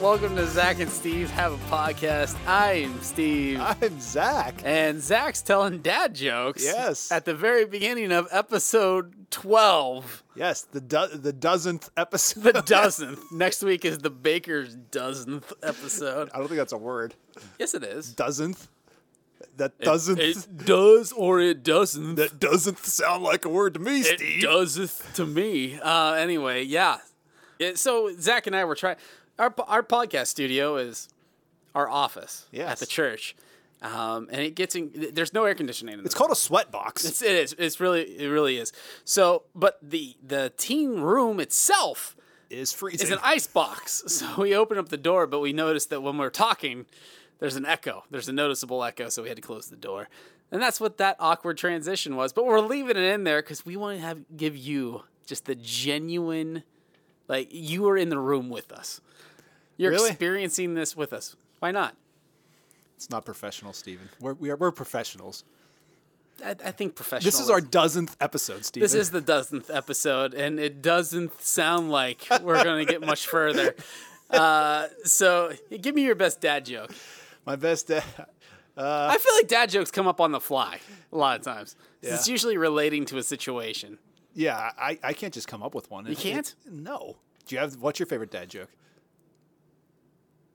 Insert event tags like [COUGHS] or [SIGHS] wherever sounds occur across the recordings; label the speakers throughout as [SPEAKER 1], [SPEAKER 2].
[SPEAKER 1] Welcome to Zach and Steve Have a Podcast. I'm Steve.
[SPEAKER 2] I'm Zach.
[SPEAKER 1] and Zach's telling dad jokes.
[SPEAKER 2] Yes.
[SPEAKER 1] At the very beginning of episode 12,
[SPEAKER 2] Yes, the do- the dozenth episode. [LAUGHS]
[SPEAKER 1] the dozenth. Next week is the Baker's dozenth episode.
[SPEAKER 2] I don't think that's a word.
[SPEAKER 1] Yes, it is.
[SPEAKER 2] Dozenth. That doesn't.
[SPEAKER 1] It does or it doesn't.
[SPEAKER 2] that doesn't sound like a word to me,
[SPEAKER 1] It
[SPEAKER 2] Steve.
[SPEAKER 1] doesn't to me. Uh, anyway, yeah. It, so Zach and I were trying. Our po- our podcast studio is our office at
[SPEAKER 2] Yes.
[SPEAKER 1] the church, um, and it gets in. There's no air conditioning. In this
[SPEAKER 2] It's called a sweat box.
[SPEAKER 1] It's, it is. It's really. It really is. So, but the the teen room itself
[SPEAKER 2] It's
[SPEAKER 1] is
[SPEAKER 2] freezing.
[SPEAKER 1] an ice box. [LAUGHS] So we open up the door, but we noticed that when we're talking, there's an echo. There's a noticeable echo, so we had to close the door. And that's what that awkward transition was. But we're leaving it in there because we want to have give you just the genuine, like you were in the room with us. You're
[SPEAKER 2] Really?
[SPEAKER 1] experiencing this with us. Why not?
[SPEAKER 2] It's not professional, Steven. We're we are, we're professionals.
[SPEAKER 1] I, I think professional.
[SPEAKER 2] This is our dozenth episode, Steven.
[SPEAKER 1] This is the dozenth episode, and it doesn't sound like we're going to get much further.
[SPEAKER 2] [LAUGHS]
[SPEAKER 1] Uh, so, give me your best dad joke.
[SPEAKER 2] my best. Day. [LAUGHS] Uh,
[SPEAKER 1] I feel like dad jokes come up on the fly a lot of times. 'Cause It's
[SPEAKER 2] Yeah.
[SPEAKER 1] usually relating to a situation.
[SPEAKER 2] Yeah, I, I can't just come up with one. You
[SPEAKER 1] can't?
[SPEAKER 2] no. Do you have what's your favorite dad joke?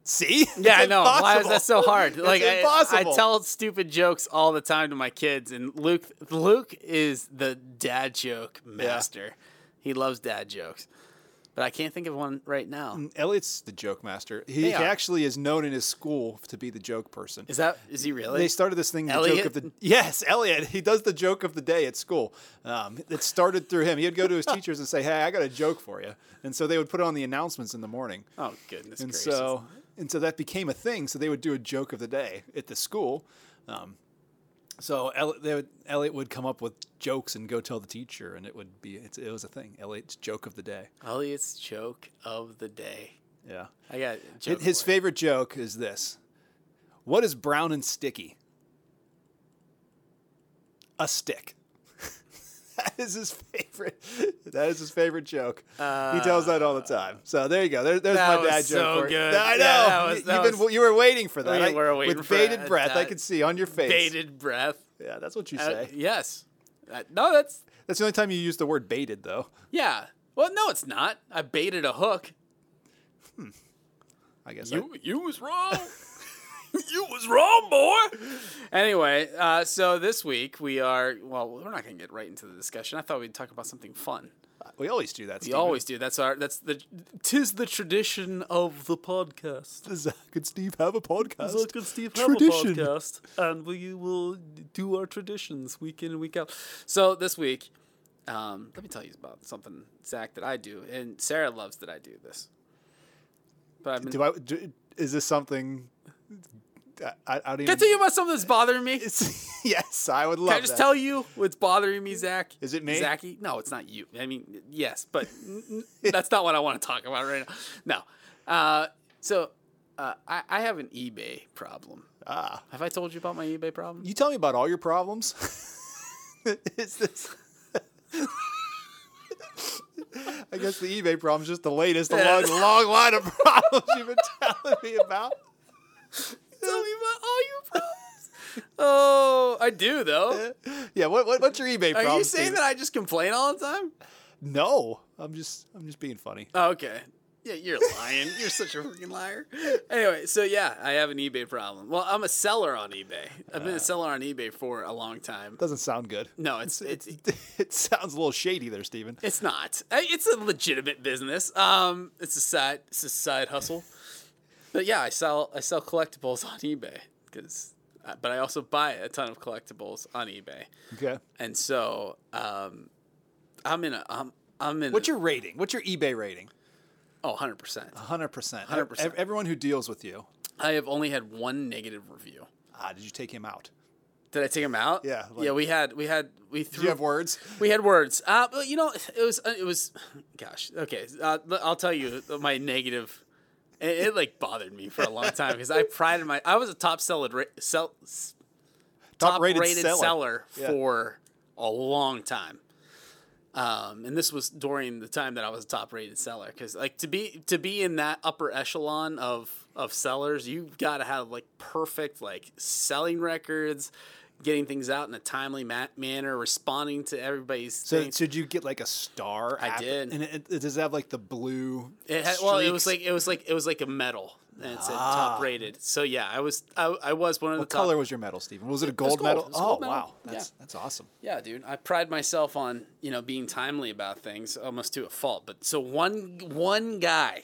[SPEAKER 2] See? [LAUGHS]
[SPEAKER 1] Yeah,
[SPEAKER 2] It's
[SPEAKER 1] I know. Why is
[SPEAKER 2] impossible.
[SPEAKER 1] that so hard?
[SPEAKER 2] It's
[SPEAKER 1] Like I, I
[SPEAKER 2] impossible.
[SPEAKER 1] tell stupid jokes all the time to my kids, and Luke Luke is the dad joke master. He loves dad jokes, but I can't think of one right now.
[SPEAKER 2] Mm. Elliot's the joke master. He, he
[SPEAKER 1] are.
[SPEAKER 2] actually is known in his school to be the joke person.
[SPEAKER 1] Is that is he really?
[SPEAKER 2] They started this thing, the
[SPEAKER 1] Elliot?
[SPEAKER 2] joke of the [LAUGHS] yes, Elliot. He does the joke of the day at school. Um, it started through him. He'd
[SPEAKER 1] [LAUGHS]
[SPEAKER 2] go to his teachers and say, "Hey, I got a joke for you," and so they would put it on the announcements in the morning.
[SPEAKER 1] oh goodness
[SPEAKER 2] and
[SPEAKER 1] gracious!
[SPEAKER 2] so and so that became a thing. So they would do a joke of the day at the school. Um, so El- they would, Elliot would come up with jokes and go tell the teacher, and it would be it's, it was a thing. Elliot's joke of the day.
[SPEAKER 1] Elliot's joke of the day.
[SPEAKER 2] Yeah.
[SPEAKER 1] I got a joke
[SPEAKER 2] His
[SPEAKER 1] for it.
[SPEAKER 2] favorite joke is this: What is brown and sticky? A stick. [LAUGHS] that is his favorite. That is his favorite joke. he tells that all the time. So there you go. There, there's
[SPEAKER 1] Uh, that
[SPEAKER 2] my
[SPEAKER 1] was
[SPEAKER 2] dad joke.
[SPEAKER 1] so
[SPEAKER 2] for you.
[SPEAKER 1] good.
[SPEAKER 2] I
[SPEAKER 1] Yeah,
[SPEAKER 2] know.
[SPEAKER 1] that was-
[SPEAKER 2] You-
[SPEAKER 1] that
[SPEAKER 2] You've been,
[SPEAKER 1] was-
[SPEAKER 2] you were waiting for that.
[SPEAKER 1] We
[SPEAKER 2] I-
[SPEAKER 1] were waiting
[SPEAKER 2] with
[SPEAKER 1] for
[SPEAKER 2] bated
[SPEAKER 1] that-
[SPEAKER 2] breath. I
[SPEAKER 1] that-
[SPEAKER 2] could see on your face.
[SPEAKER 1] bated breath.
[SPEAKER 2] Yeah, that's what you
[SPEAKER 1] Uh,
[SPEAKER 2] say.
[SPEAKER 1] yes. Uh, no, that's
[SPEAKER 2] That's the only time you use the word baited, though.
[SPEAKER 1] yeah. Well, no, it's not. I baited a hook.
[SPEAKER 2] I guess. I-
[SPEAKER 1] You you was wrong.
[SPEAKER 2] [LAUGHS]
[SPEAKER 1] you was wrong, boy. Anyway, uh, so this week we are well, we're not gonna get right into the discussion. I thought we'd talk about something fun.
[SPEAKER 2] we always do that.
[SPEAKER 1] We always do. That's our that's the tis the tradition of the podcast.
[SPEAKER 2] Zach and uh, Steve have a podcast.
[SPEAKER 1] Zach and Steve
[SPEAKER 2] Tradition.
[SPEAKER 1] have a podcast, and we will do our traditions week in and week out. So this week, um, let me tell you about something, Zach, that I do, and Sarah loves that I do this. But I've been
[SPEAKER 2] Do I? Do, is this something? I, I don't even.
[SPEAKER 1] Can I tell you about something that's bothering
[SPEAKER 2] [LAUGHS]
[SPEAKER 1] me? Can
[SPEAKER 2] yes, I would love.
[SPEAKER 1] I just
[SPEAKER 2] that.
[SPEAKER 1] tell you what's bothering me, Zach?
[SPEAKER 2] Is it me?
[SPEAKER 1] Zachy? No, it's not you. I mean, yes, but n- [LAUGHS] n- that's not what I want to talk about right now. No. Uh, so uh, I, I have an eBay problem.
[SPEAKER 2] Ah,
[SPEAKER 1] Have I told you about my eBay problem?
[SPEAKER 2] you tell me about all your problems. [LAUGHS] is this? [LAUGHS] I guess the eBay problem's just the latest along the long line of [LAUGHS] problems you've been telling me about.
[SPEAKER 1] Tell me about all your problems. [LAUGHS] Oh, I do though.
[SPEAKER 2] Yeah, what, what what's your eBay problem?
[SPEAKER 1] Are you saying
[SPEAKER 2] Steven?
[SPEAKER 1] that I just complain all the time?
[SPEAKER 2] No, I'm just I'm just being funny.
[SPEAKER 1] Oh, okay. Yeah, you're lying. you're such a freaking liar. [LAUGHS] Anyway, so yeah, I have an eBay problem. Well, I'm a seller on eBay. I've been a seller on eBay for a long time.
[SPEAKER 2] Doesn't sound good.
[SPEAKER 1] No, [LAUGHS] it's it's
[SPEAKER 2] [LAUGHS] it sounds a little shady there, Steven.
[SPEAKER 1] it's not. I- It's a legitimate business. Um, it's a side it's a side hustle. But yeah, I sell I sell collectibles on eBay because, but I also buy a ton of collectibles on eBay.
[SPEAKER 2] Okay.
[SPEAKER 1] And so um, I'm in a I'm I'm in
[SPEAKER 2] What's your rating? What's your eBay rating?
[SPEAKER 1] oh 100%.
[SPEAKER 2] 100%.
[SPEAKER 1] 100%.
[SPEAKER 2] Ev- Everyone who deals with you.
[SPEAKER 1] I have only had one negative review.
[SPEAKER 2] Ah, did you take him out?
[SPEAKER 1] Did I take him out?
[SPEAKER 2] Yeah, like-
[SPEAKER 1] yeah, we had we had we
[SPEAKER 2] Do
[SPEAKER 1] threw
[SPEAKER 2] you have words?
[SPEAKER 1] we had words. Uh, but you know, it was uh, it was, gosh. Okay, uh, l- I'll tell you my negative. It, it like bothered me for a long time because I prided my. I was a top seller, ra- sell, s- top rated, seller,
[SPEAKER 2] Yeah.
[SPEAKER 1] for a long time. Um, and this was during the time that I was a top rated seller because like to be to be in that upper echelon of of sellers, you've got to have like perfect like selling records, getting things out in a timely ma- manner, responding to everybody's
[SPEAKER 2] So
[SPEAKER 1] things.
[SPEAKER 2] did you get like a star?
[SPEAKER 1] I
[SPEAKER 2] after-
[SPEAKER 1] did.
[SPEAKER 2] And it, it, does it have like the blue?
[SPEAKER 1] It had, well, it was
[SPEAKER 2] streaks?
[SPEAKER 1] like it was like it was like a medal and it said
[SPEAKER 2] Ah.
[SPEAKER 1] top rated. So yeah, I was I, I was one of
[SPEAKER 2] What
[SPEAKER 1] the top
[SPEAKER 2] color was your medal, Stephen? Was it a gold,
[SPEAKER 1] gold.
[SPEAKER 2] medal?
[SPEAKER 1] It was a
[SPEAKER 2] oh
[SPEAKER 1] gold medal.
[SPEAKER 2] wow, that's that's awesome.
[SPEAKER 1] Yeah, dude. I pride myself on, you know, being timely about things almost to a fault. But so one one guy,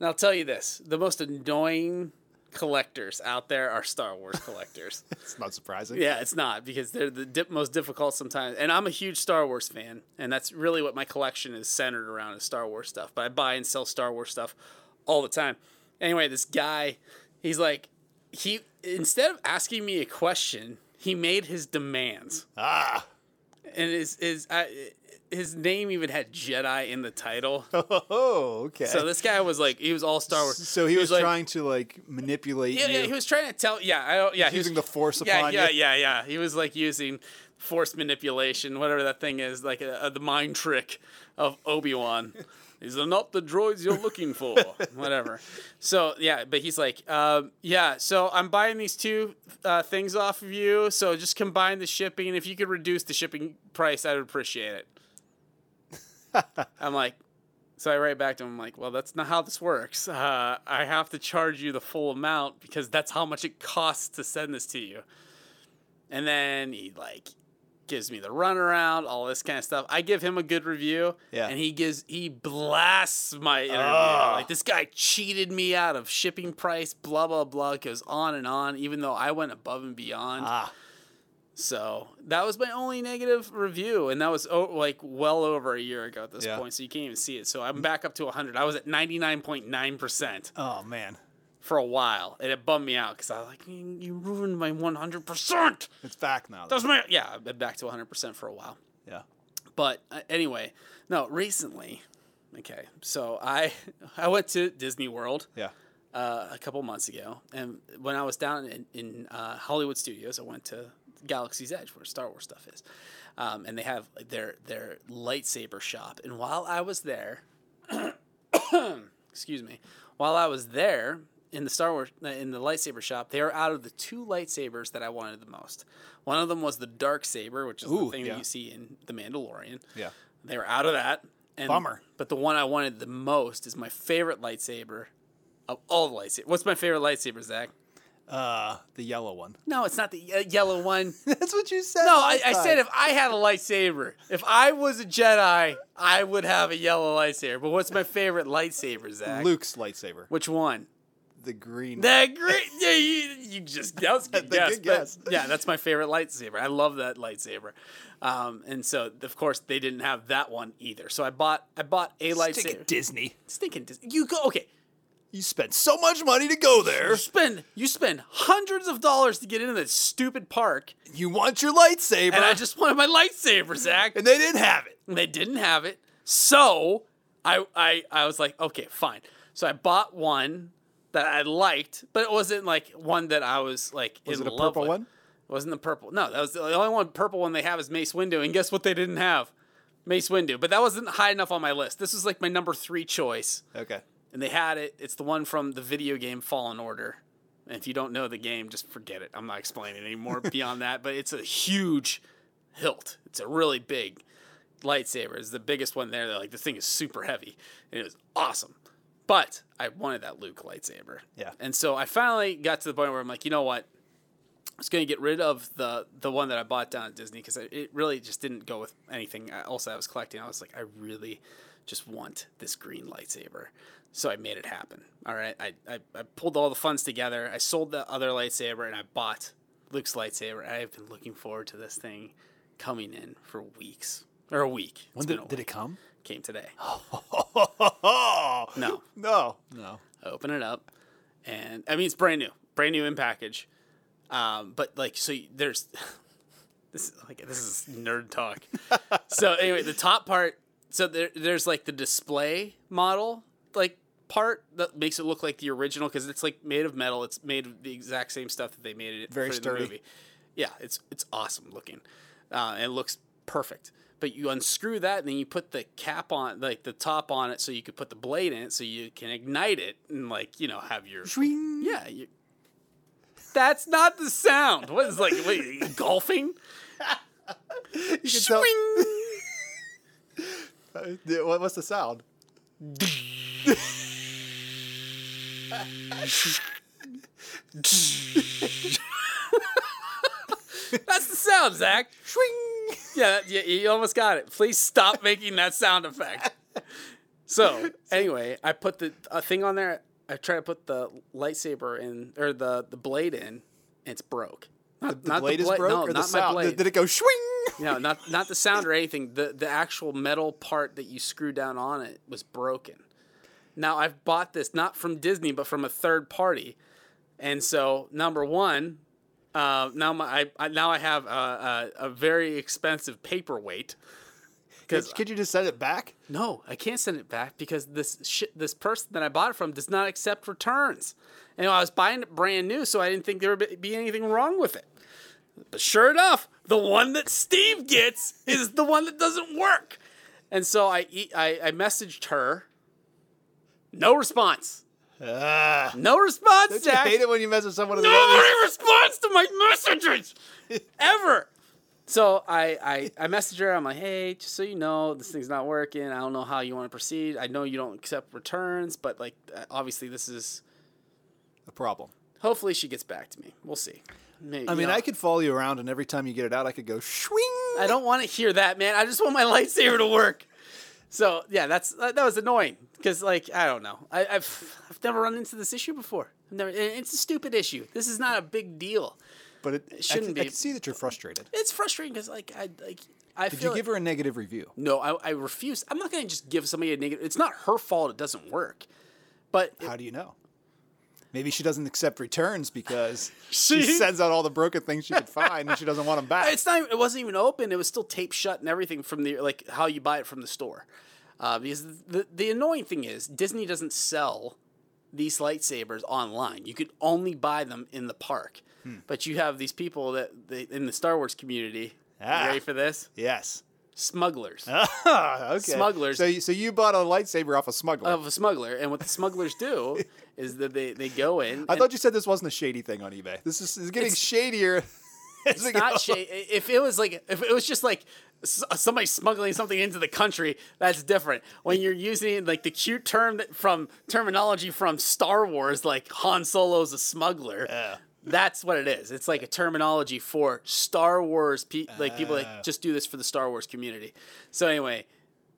[SPEAKER 1] and I'll tell you this, the most annoying collectors out there are Star Wars collectors.
[SPEAKER 2] It's not surprising.
[SPEAKER 1] yeah, it's not because they're the dip most difficult sometimes. And I'm a huge Star Wars fan, and that's really what my collection is centered around is Star Wars stuff. But I buy and sell Star Wars stuff all the time. Anyway, this guy, he's like he instead of asking me a question, he made his demands
[SPEAKER 2] Ah,
[SPEAKER 1] and his his I, his name even had Jedi in the title.
[SPEAKER 2] [LAUGHS] oh okay.
[SPEAKER 1] So this guy was like, he was all Star Wars.
[SPEAKER 2] So he, was,
[SPEAKER 1] like-
[SPEAKER 2] trying to like manipulate
[SPEAKER 1] Yeah,
[SPEAKER 2] you.
[SPEAKER 1] yeah, he was trying to tell. Yeah, I don't. Yeah, he was
[SPEAKER 2] using the force
[SPEAKER 1] Yeah,
[SPEAKER 2] upon
[SPEAKER 1] yeah,
[SPEAKER 2] you.
[SPEAKER 1] yeah, yeah. He was like using force manipulation, whatever that thing is, like uh uh the mind trick of Obi Wan. These are not the droids you're looking for. whatever. So yeah, but he's like, um, yeah. So I'm buying these two uh, things off of you. So just combine the shipping. If you could reduce the shipping price, I would appreciate it. I'm like, so I write back to him I'm like, well, that's not how this works. Uh, I have to charge you the full amount because that's how much it costs to send this to you. And then he like gives me the runaround, all this kind of stuff. I give him a good review,
[SPEAKER 2] Yeah.
[SPEAKER 1] and he gives he blasts my interview.
[SPEAKER 2] Ugh.
[SPEAKER 1] Like this guy cheated me out of shipping price, blah blah blah. It Goes on and on, even though I went above and beyond.
[SPEAKER 2] Ah,
[SPEAKER 1] So that was my only negative review, and that was oh, like well over a year ago at this
[SPEAKER 2] Yeah.
[SPEAKER 1] point. So you can't even see it. So I'm back up to 100. I was at 99.9 percent
[SPEAKER 2] oh man,
[SPEAKER 1] for a while, and it bummed me out because I was like, "You you ruined my 100 percent."
[SPEAKER 2] it's back now. though.
[SPEAKER 1] That's my yeah. I've been back to 100 percent for a while.
[SPEAKER 2] Yeah.
[SPEAKER 1] But uh, anyway, no, recently, okay. So I [LAUGHS] I went to Disney World
[SPEAKER 2] Yeah.
[SPEAKER 1] uh, a couple months ago, and when I was down in, in uh, Hollywood Studios, I went to Galaxy's Edge, where Star Wars stuff is, um, and they have their their lightsaber shop. And while I was there, [COUGHS] excuse me, while I was there in the Star Wars uh, in the lightsaber shop, they are out of the two lightsabers that I wanted the most. One of them was the dark saber, which is
[SPEAKER 2] Ooh,
[SPEAKER 1] the thing
[SPEAKER 2] yeah.
[SPEAKER 1] that you see in The Mandalorian.
[SPEAKER 2] Yeah.
[SPEAKER 1] They were out of that. And,
[SPEAKER 2] Bummer.
[SPEAKER 1] But the one I wanted the most is my favorite lightsaber of all the lightsabers. What's my favorite lightsaber, Zach?
[SPEAKER 2] Uh, the yellow one. [LAUGHS]
[SPEAKER 1] No, it's not the ye- yellow one. No,
[SPEAKER 2] That's what you said.
[SPEAKER 1] I, I said if I had a lightsaber, if I was a Jedi, I would have a yellow lightsaber. But what's my favorite lightsaber, Zach?
[SPEAKER 2] Luke's lightsaber,
[SPEAKER 1] Which one?
[SPEAKER 2] the green.
[SPEAKER 1] That great. [LAUGHS] Yeah, you, you
[SPEAKER 2] [LAUGHS]
[SPEAKER 1] just that was a good
[SPEAKER 2] That's a
[SPEAKER 1] guess.
[SPEAKER 2] good
[SPEAKER 1] but-
[SPEAKER 2] guess.
[SPEAKER 1] [LAUGHS] yeah, that's my favorite lightsaber. I love that lightsaber. Um, and so of course they didn't have that one either. So I bought I bought a
[SPEAKER 2] Stick
[SPEAKER 1] lightsaber.
[SPEAKER 2] at Disney.
[SPEAKER 1] stinking dis- you go okay
[SPEAKER 2] You spent so much money to go there.
[SPEAKER 1] you spend you spend hundreds of dollars to get into this stupid park
[SPEAKER 2] You want your lightsaber,
[SPEAKER 1] and i just wanted my lightsaber
[SPEAKER 2] [LAUGHS]
[SPEAKER 1] zach
[SPEAKER 2] and they didn't have it.
[SPEAKER 1] and they didn't have it so i i i was like okay fine so i bought one that i liked but it wasn't like one that i was like
[SPEAKER 2] Was
[SPEAKER 1] in
[SPEAKER 2] it a
[SPEAKER 1] love
[SPEAKER 2] purple
[SPEAKER 1] with.
[SPEAKER 2] one?
[SPEAKER 1] it wasn't the purple no that was the only one purple one they have is mace windu and guess what they didn't have mace windu but that wasn't high enough on my list this was like my number three choice
[SPEAKER 2] Okay.
[SPEAKER 1] and they had it. It's the one from the video game Fallen Order. And if you don't know the game, just forget it. I'm not explaining anymore beyond that. But it's a huge hilt. It's a really big lightsaber. It's the biggest one there. They're like the thing is super heavy, and it was awesome. But I wanted that Luke lightsaber.
[SPEAKER 2] Yeah.
[SPEAKER 1] And so I finally got to the point where I'm like, you know what? I was going to get rid of the the one that I bought down at Disney because it really just didn't go with anything I- else I was collecting. I was like, I really just want this green lightsaber. So I made it happen. All right. I, I, I pulled all the funds together. I sold the other lightsaber and I bought Luke's lightsaber. I have been looking forward to this thing coming in for weeks or a week. It's
[SPEAKER 2] When
[SPEAKER 1] been
[SPEAKER 2] did,
[SPEAKER 1] a
[SPEAKER 2] did
[SPEAKER 1] week.
[SPEAKER 2] Oh, it [LAUGHS] come?
[SPEAKER 1] Came today.
[SPEAKER 2] no.
[SPEAKER 1] No.
[SPEAKER 2] Oh. No. No.
[SPEAKER 1] I open it up, and I mean it's brand new, brand new in package. Um, but like, so you- there's [LAUGHS] this is like this is nerd
[SPEAKER 2] [LAUGHS]
[SPEAKER 1] talk. so anyway, the top part. So there, there's like the display model, like part that makes it look like the original because it's like made of metal. It's made of the exact same stuff that they made it
[SPEAKER 2] Very
[SPEAKER 1] for
[SPEAKER 2] sturdy.
[SPEAKER 1] the movie. Yeah, it's it's awesome looking. Uh, and it looks perfect. but you unscrew that and then you put the cap on like the top on it so you could put the blade in it so you can ignite it and like you know have your
[SPEAKER 2] Shwing.
[SPEAKER 1] yeah you, that's not the sound what is like wait are you golfing
[SPEAKER 2] You can tell-
[SPEAKER 1] Swing.
[SPEAKER 2] [LAUGHS] Uh, yeah, what- What's the sound?
[SPEAKER 1] that's the sound zach
[SPEAKER 2] Shwing.
[SPEAKER 1] yeah, that- yeah you almost got it please
[SPEAKER 2] [LAUGHS]
[SPEAKER 1] stop making that sound effect so anyway i put the a thing on there i try to put the lightsaber in or the the blade in and it's broke not,
[SPEAKER 2] The
[SPEAKER 1] not
[SPEAKER 2] blade is
[SPEAKER 1] bla-
[SPEAKER 2] broke
[SPEAKER 1] no,
[SPEAKER 2] or the
[SPEAKER 1] not my
[SPEAKER 2] sound?
[SPEAKER 1] blade.
[SPEAKER 2] Did, did it go shwing?
[SPEAKER 1] No, not not the sound or anything. The the actual metal part that you screw down on it was broken. Now I've bought this not from Disney but from a third party, and so number one, uh, now my I, I now I have a, a, a very expensive paperweight.
[SPEAKER 2] Could, could you just send it back?
[SPEAKER 1] No, I can't send it back because this shit, this person that I bought it from does not accept returns. And I was buying it brand new, so I didn't think there would be anything wrong with it. But sure enough, the one that Steve gets is the one that doesn't work. And so I, e- I, I messaged her. No response.
[SPEAKER 2] Ah.
[SPEAKER 1] No response,
[SPEAKER 2] I
[SPEAKER 1] Zach.
[SPEAKER 2] hate it when you mess with someone. and they won't
[SPEAKER 1] Nobody responds to my
[SPEAKER 2] [LAUGHS]
[SPEAKER 1] messages ever. So I, I I message her. I'm like, hey, just so you know, this thing's not working. I don't know how you want to proceed. I know you don't accept returns, but like, uh, obviously, this is.
[SPEAKER 2] A problem.
[SPEAKER 1] Hopefully, she gets back to me. We'll see. Maybe,
[SPEAKER 2] I mean,
[SPEAKER 1] you know.
[SPEAKER 2] I could follow you around, and every time you get it out, I could go shwing.
[SPEAKER 1] I don't want to hear that, man. I just want my [LAUGHS] lightsaber to work. So yeah, that's that that was annoying because like I don't know. I, I've I've never run into this issue before. I've never. it- It's a stupid issue. This is not a big deal.
[SPEAKER 2] But it, I
[SPEAKER 1] shouldn't
[SPEAKER 2] can-
[SPEAKER 1] be.
[SPEAKER 2] I can see that you're frustrated.
[SPEAKER 1] It's frustrating because like I like I
[SPEAKER 2] Did
[SPEAKER 1] feel
[SPEAKER 2] you
[SPEAKER 1] like-
[SPEAKER 2] give her a negative review?
[SPEAKER 1] No, I, I refuse. I'm not going to just give somebody a negative. It's not her fault it doesn't work. But
[SPEAKER 2] How do you know? Maybe she doesn't accept returns [LAUGHS] because she
[SPEAKER 1] See?
[SPEAKER 2] sends out all the broken things she could find, and she doesn't want them back.
[SPEAKER 1] it's not. It wasn't even open. It was still taped shut and everything from the like how you buy it from the store. Uh, because the the annoying thing is Disney doesn't sell these lightsabers online. You could only buy them in the park.
[SPEAKER 2] Hmm.
[SPEAKER 1] But you have these people that they, in the Star Wars community. You
[SPEAKER 2] Ah.
[SPEAKER 1] Ready for this?
[SPEAKER 2] Yes.
[SPEAKER 1] Smugglers.
[SPEAKER 2] [LAUGHS] okay.
[SPEAKER 1] Smugglers.
[SPEAKER 2] So, you- so you bought a lightsaber off a smuggler.
[SPEAKER 1] Of a smuggler, and what the smugglers
[SPEAKER 2] [LAUGHS]
[SPEAKER 1] do is that they, they go in.
[SPEAKER 2] I
[SPEAKER 1] and-
[SPEAKER 2] thought you said this wasn't a shady thing on eBay. This is, is getting shadier. [LAUGHS] It's [LAUGHS]
[SPEAKER 1] not shade. If it was like, if it was just like s- somebody smuggling something into the country, that's different. When you're using like the cute term that from terminology from Star Wars, like Han Solo's a smuggler. That's what it is. It's like a terminology for Star Wars, pe- like people that just do this for the Star Wars community. So anyway,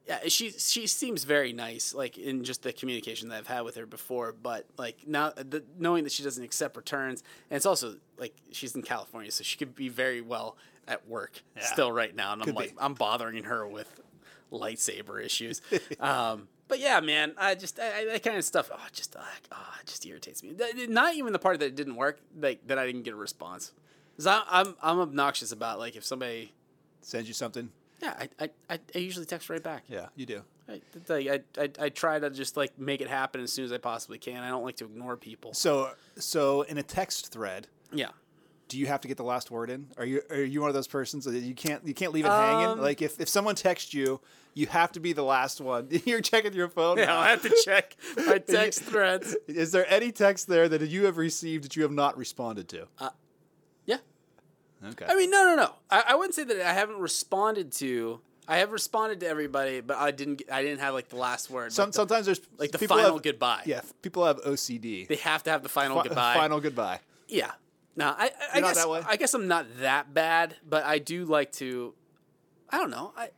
[SPEAKER 1] yeah, she she seems very nice, like in just the communication that I've had with her before. But like now, the, knowing that she doesn't accept returns, and it's also like she's in California, so she could be very well at work still right now. And I'm like, I'm bothering her with lightsaber issues. [LAUGHS] um, but yeah, man, I just I, I, that kind of stuff. Oh, just uh, oh, it just irritates me. Th- Not even the part that it didn't work, like that I didn't get a response. 'Cause I, I'm I'm obnoxious about like if somebody.
[SPEAKER 2] Sends you something.
[SPEAKER 1] Yeah, I, I, I- I usually text right back.
[SPEAKER 2] Yeah, you do.
[SPEAKER 1] I, like, I, I, I try to just like make it happen as soon as I possibly can. I don't like to ignore people.
[SPEAKER 2] So, so in a text thread,
[SPEAKER 1] Yeah.
[SPEAKER 2] do you have to get the last word in? Are you are you one of those persons that you can't you can't leave it
[SPEAKER 1] Um,
[SPEAKER 2] hanging? Like if, if someone texts you, you have to be the last one. [LAUGHS] You're checking your
[SPEAKER 1] [LAUGHS]
[SPEAKER 2] phone.
[SPEAKER 1] Yeah,
[SPEAKER 2] now.
[SPEAKER 1] I'll have to check
[SPEAKER 2] [LAUGHS]
[SPEAKER 1] my text threads.
[SPEAKER 2] Is there any text there that you have received that you have not responded to?
[SPEAKER 1] Yeah.
[SPEAKER 2] okay.
[SPEAKER 1] Uh, I mean, no, no, no. I, I wouldn't say that I haven't responded to. I have responded to everybody, but I didn't. get- I didn't have like the last word.
[SPEAKER 2] Some,
[SPEAKER 1] like, the,
[SPEAKER 2] sometimes there's
[SPEAKER 1] like the
[SPEAKER 2] people
[SPEAKER 1] final
[SPEAKER 2] have-
[SPEAKER 1] goodbye.
[SPEAKER 2] Yeah, people have OCD.
[SPEAKER 1] They have to have the final
[SPEAKER 2] Fi-
[SPEAKER 1] goodbye.
[SPEAKER 2] Final goodbye.
[SPEAKER 1] Yeah. No, I, I, I
[SPEAKER 2] You're not
[SPEAKER 1] guess
[SPEAKER 2] that way?
[SPEAKER 1] I guess I'm not that bad, but I do like to. I don't know. I.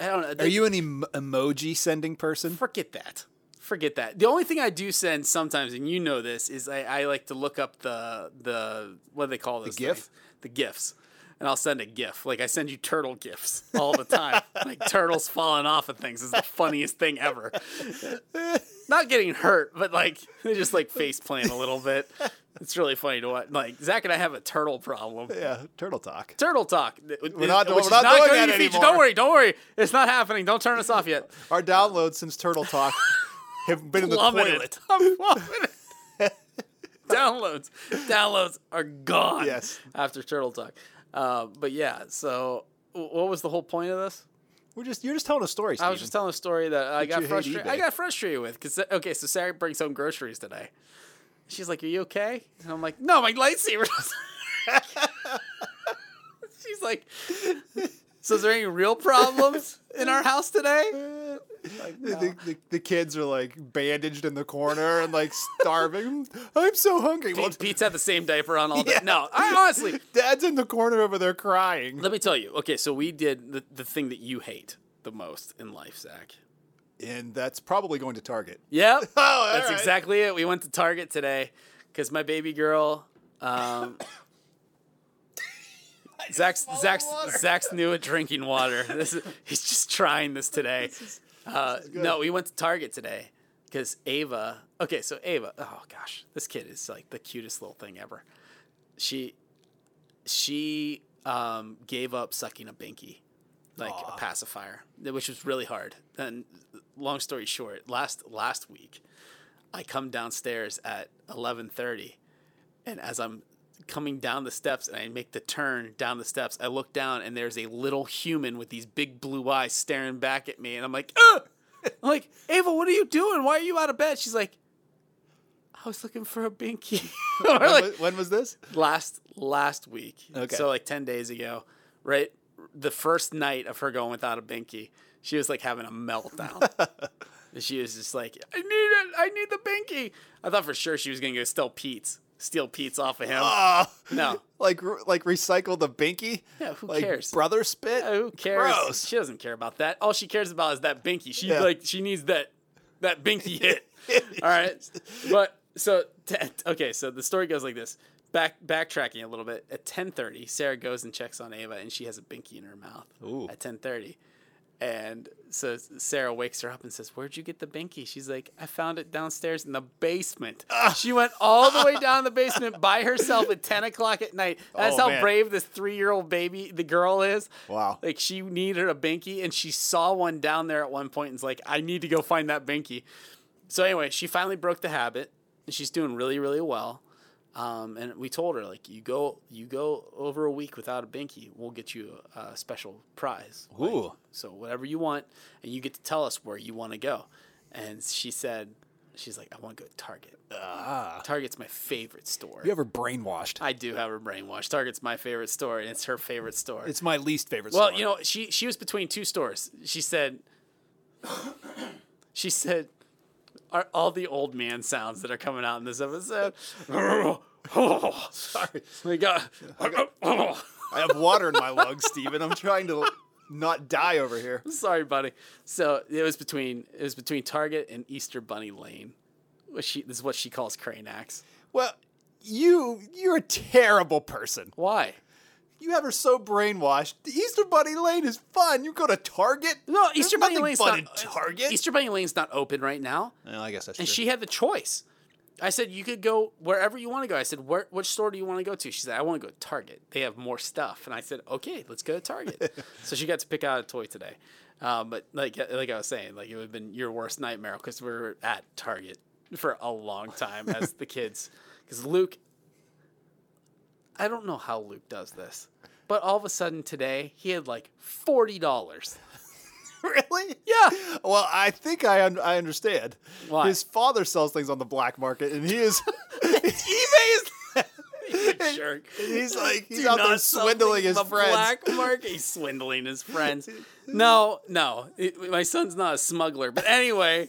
[SPEAKER 1] I don't know.
[SPEAKER 2] Are you an em- emoji sending person?
[SPEAKER 1] forget that. Forget that. The only thing I do send sometimes, and you know this, is I, I like to look up the the what do they call those
[SPEAKER 2] GIF?
[SPEAKER 1] things? the gifs, and I'll send a gif. Like I send you turtle
[SPEAKER 2] [LAUGHS]
[SPEAKER 1] gifs all the time, like turtles falling off of things is the funniest thing ever. Not getting hurt, but like they just like face plant a little bit. It's really funny to watch. Like Zach and I have a turtle problem.
[SPEAKER 2] Yeah, turtle talk.
[SPEAKER 1] Turtle talk. We're
[SPEAKER 2] not doing-
[SPEAKER 1] which
[SPEAKER 2] we're
[SPEAKER 1] is
[SPEAKER 2] not
[SPEAKER 1] going
[SPEAKER 2] doing
[SPEAKER 1] to
[SPEAKER 2] that
[SPEAKER 1] be featured.
[SPEAKER 2] anymore.
[SPEAKER 1] Don't worry, don't worry. It's not happening. Don't turn us off yet.
[SPEAKER 2] Our downloads since
[SPEAKER 1] [LAUGHS]
[SPEAKER 2] turtle talk have been in the
[SPEAKER 1] plummeted.
[SPEAKER 2] toilet. [LAUGHS]
[SPEAKER 1] I'm plummeted. Downloads, downloads are gone.
[SPEAKER 2] Yes.
[SPEAKER 1] After Turtle Talk, uh, but yeah. So wh- what was the whole point of this?
[SPEAKER 2] We're just you're just telling a
[SPEAKER 1] I
[SPEAKER 2] story. Steven.
[SPEAKER 1] was just telling a story that I
[SPEAKER 2] That
[SPEAKER 1] got
[SPEAKER 2] you hate
[SPEAKER 1] frustrated. I
[SPEAKER 2] eBay.
[SPEAKER 1] got frustrated with because okay, so Sarah brings home groceries today. She's like, "Are you okay?" And I'm like, "No, my lightsaber." doesn't-" [LAUGHS] She's like, "So is there any real problems in our house
[SPEAKER 2] [LAUGHS]
[SPEAKER 1] today?"
[SPEAKER 2] The- the, the, the kids are like bandaged in the corner and like starving. [LAUGHS] I'm so hungry. Well,
[SPEAKER 1] Pete's had the same diaper on all day.
[SPEAKER 2] [LAUGHS] Yeah.
[SPEAKER 1] No, I honestly,
[SPEAKER 2] Dad's in the corner over there crying.
[SPEAKER 1] let me tell you. Okay, so we did the, the thing that you hate the most in life, Zach.
[SPEAKER 2] And that's probably going to Target.
[SPEAKER 1] Yep.
[SPEAKER 2] Oh, all
[SPEAKER 1] That's
[SPEAKER 2] right.
[SPEAKER 1] exactly it. We went to Target today because my baby girl,
[SPEAKER 2] [COUGHS]
[SPEAKER 1] um, Zach's
[SPEAKER 2] swallowed
[SPEAKER 1] Zach's
[SPEAKER 2] water.
[SPEAKER 1] Zach's new at drinking
[SPEAKER 2] [LAUGHS]
[SPEAKER 1] water. This is, he's just trying this today. uh, no, we went to Target today because Ava. Okay, so Ava. Oh gosh, this kid is like the cutest little thing ever. She she um, gave up sucking a binky, like a pacifier, which was really hard. And long story short, last last week, I come downstairs at eleven thirty, and as I'm coming down the steps and I make the turn down the steps, I look down and there's a little human with these big blue eyes staring back at me, and I'm like, Ugh! I'm like Ava, what are you doing? Why are you out of bed? She's like. I was looking for a binky. [LAUGHS] We're
[SPEAKER 2] When,
[SPEAKER 1] like,
[SPEAKER 2] was, when was this?
[SPEAKER 1] last last week.
[SPEAKER 2] Okay.
[SPEAKER 1] So like ten days ago, right? The first night of her going without a binky, she was like having a
[SPEAKER 2] [LAUGHS]
[SPEAKER 1] meltdown. she was just like, "I need it! I need the binky!" I thought for sure she was gonna go steal Pete's, steal Pete's off of him.
[SPEAKER 2] Oh,
[SPEAKER 1] No.
[SPEAKER 2] [LAUGHS] Like re- like recycle the binky.
[SPEAKER 1] Ah. Yeah, who
[SPEAKER 2] like
[SPEAKER 1] cares?
[SPEAKER 2] Brother spit.
[SPEAKER 1] Who cares?
[SPEAKER 2] Gross.
[SPEAKER 1] She doesn't care about that. All she cares about is that binky. She
[SPEAKER 2] Yeah.
[SPEAKER 1] like she needs that that
[SPEAKER 2] [LAUGHS]
[SPEAKER 1] binky hit. All right, but so t- okay. So the story goes like this. Back backtracking a little bit. At ten thirty, Sarah goes and checks on Ava, and she has a binky in her mouth.
[SPEAKER 2] Ooh.
[SPEAKER 1] At ten thirty, and so Sarah wakes her up and says, "Where'd you get the binky?" She's like, "I found it downstairs in the basement."
[SPEAKER 2] Ah.
[SPEAKER 1] She went all the
[SPEAKER 2] [LAUGHS]
[SPEAKER 1] way down the basement by herself at ten o'clock at night. That's
[SPEAKER 2] Oh,
[SPEAKER 1] how
[SPEAKER 2] man.
[SPEAKER 1] brave this three-year-old baby, the girl, is.
[SPEAKER 2] Wow.
[SPEAKER 1] Like she needed a binky, and she saw one down there at one point, and's like, "I need to go find that binky." So anyway, she finally broke the habit, and she's doing really, really well. Um, and we told her like, "You go, you go over a week without a binky, we'll get you a, a special prize." Like,
[SPEAKER 2] Ooh.
[SPEAKER 1] so whatever you want, and you get to tell us where you want to go. And she said, "She's like, I want to go to Target.
[SPEAKER 2] Ah.
[SPEAKER 1] Target's my favorite store."
[SPEAKER 2] You ever brainwashed?
[SPEAKER 1] I do have her brainwashed. Target's my favorite store, and it's her favorite store.
[SPEAKER 2] It's my least favorite.
[SPEAKER 1] Well,
[SPEAKER 2] store.
[SPEAKER 1] you know, she she was between two stores. She said, [COUGHS] she said, are all the old man sounds that are coming out in this episode. [LAUGHS] Sorry, we got. [LAUGHS]
[SPEAKER 2] I have water in my lungs, Steven. I'm trying to not die over here.
[SPEAKER 1] Sorry, buddy. So it was between it was between Target and Easter Bunny Lane. What she this is what she calls crane axe.
[SPEAKER 2] Well, you you're a terrible person.
[SPEAKER 1] Why?
[SPEAKER 2] You have her so brainwashed. The Easter Bunny Lane is fun. You go to Target.
[SPEAKER 1] No,
[SPEAKER 2] There's
[SPEAKER 1] Easter Bunny
[SPEAKER 2] nothing
[SPEAKER 1] Lane's
[SPEAKER 2] fun
[SPEAKER 1] not
[SPEAKER 2] in Target.
[SPEAKER 1] Easter Bunny Lane's not open right now.
[SPEAKER 2] No, I guess that's
[SPEAKER 1] And she had the choice. I said, you could go wherever you want to go. I said, Where, which store do you want to go to? She said, I want to go to Target. They have more stuff. And I said, okay, let's go to Target. so she got to pick out a toy today. Um, but like, like I was saying, like it would have been your worst nightmare because we were at Target for a long time as the kids. Because Luke, I don't know how Luke does this, but all of a sudden today he had like $40.
[SPEAKER 2] [LAUGHS] really?
[SPEAKER 1] Yeah.
[SPEAKER 2] Well, I think I un- I understand.
[SPEAKER 1] Why?
[SPEAKER 2] His father sells things on the black market, and
[SPEAKER 1] [LAUGHS]
[SPEAKER 2] he is
[SPEAKER 1] eBay is. [LAUGHS] jerk.
[SPEAKER 2] [LAUGHS] he's like he's
[SPEAKER 1] Do
[SPEAKER 2] out there
[SPEAKER 1] not sell
[SPEAKER 2] swindling
[SPEAKER 1] things
[SPEAKER 2] his
[SPEAKER 1] on the
[SPEAKER 2] friends.
[SPEAKER 1] Black market. He's swindling his
[SPEAKER 2] [LAUGHS]
[SPEAKER 1] friends. No, no, It- my son's not a smuggler. But anyway,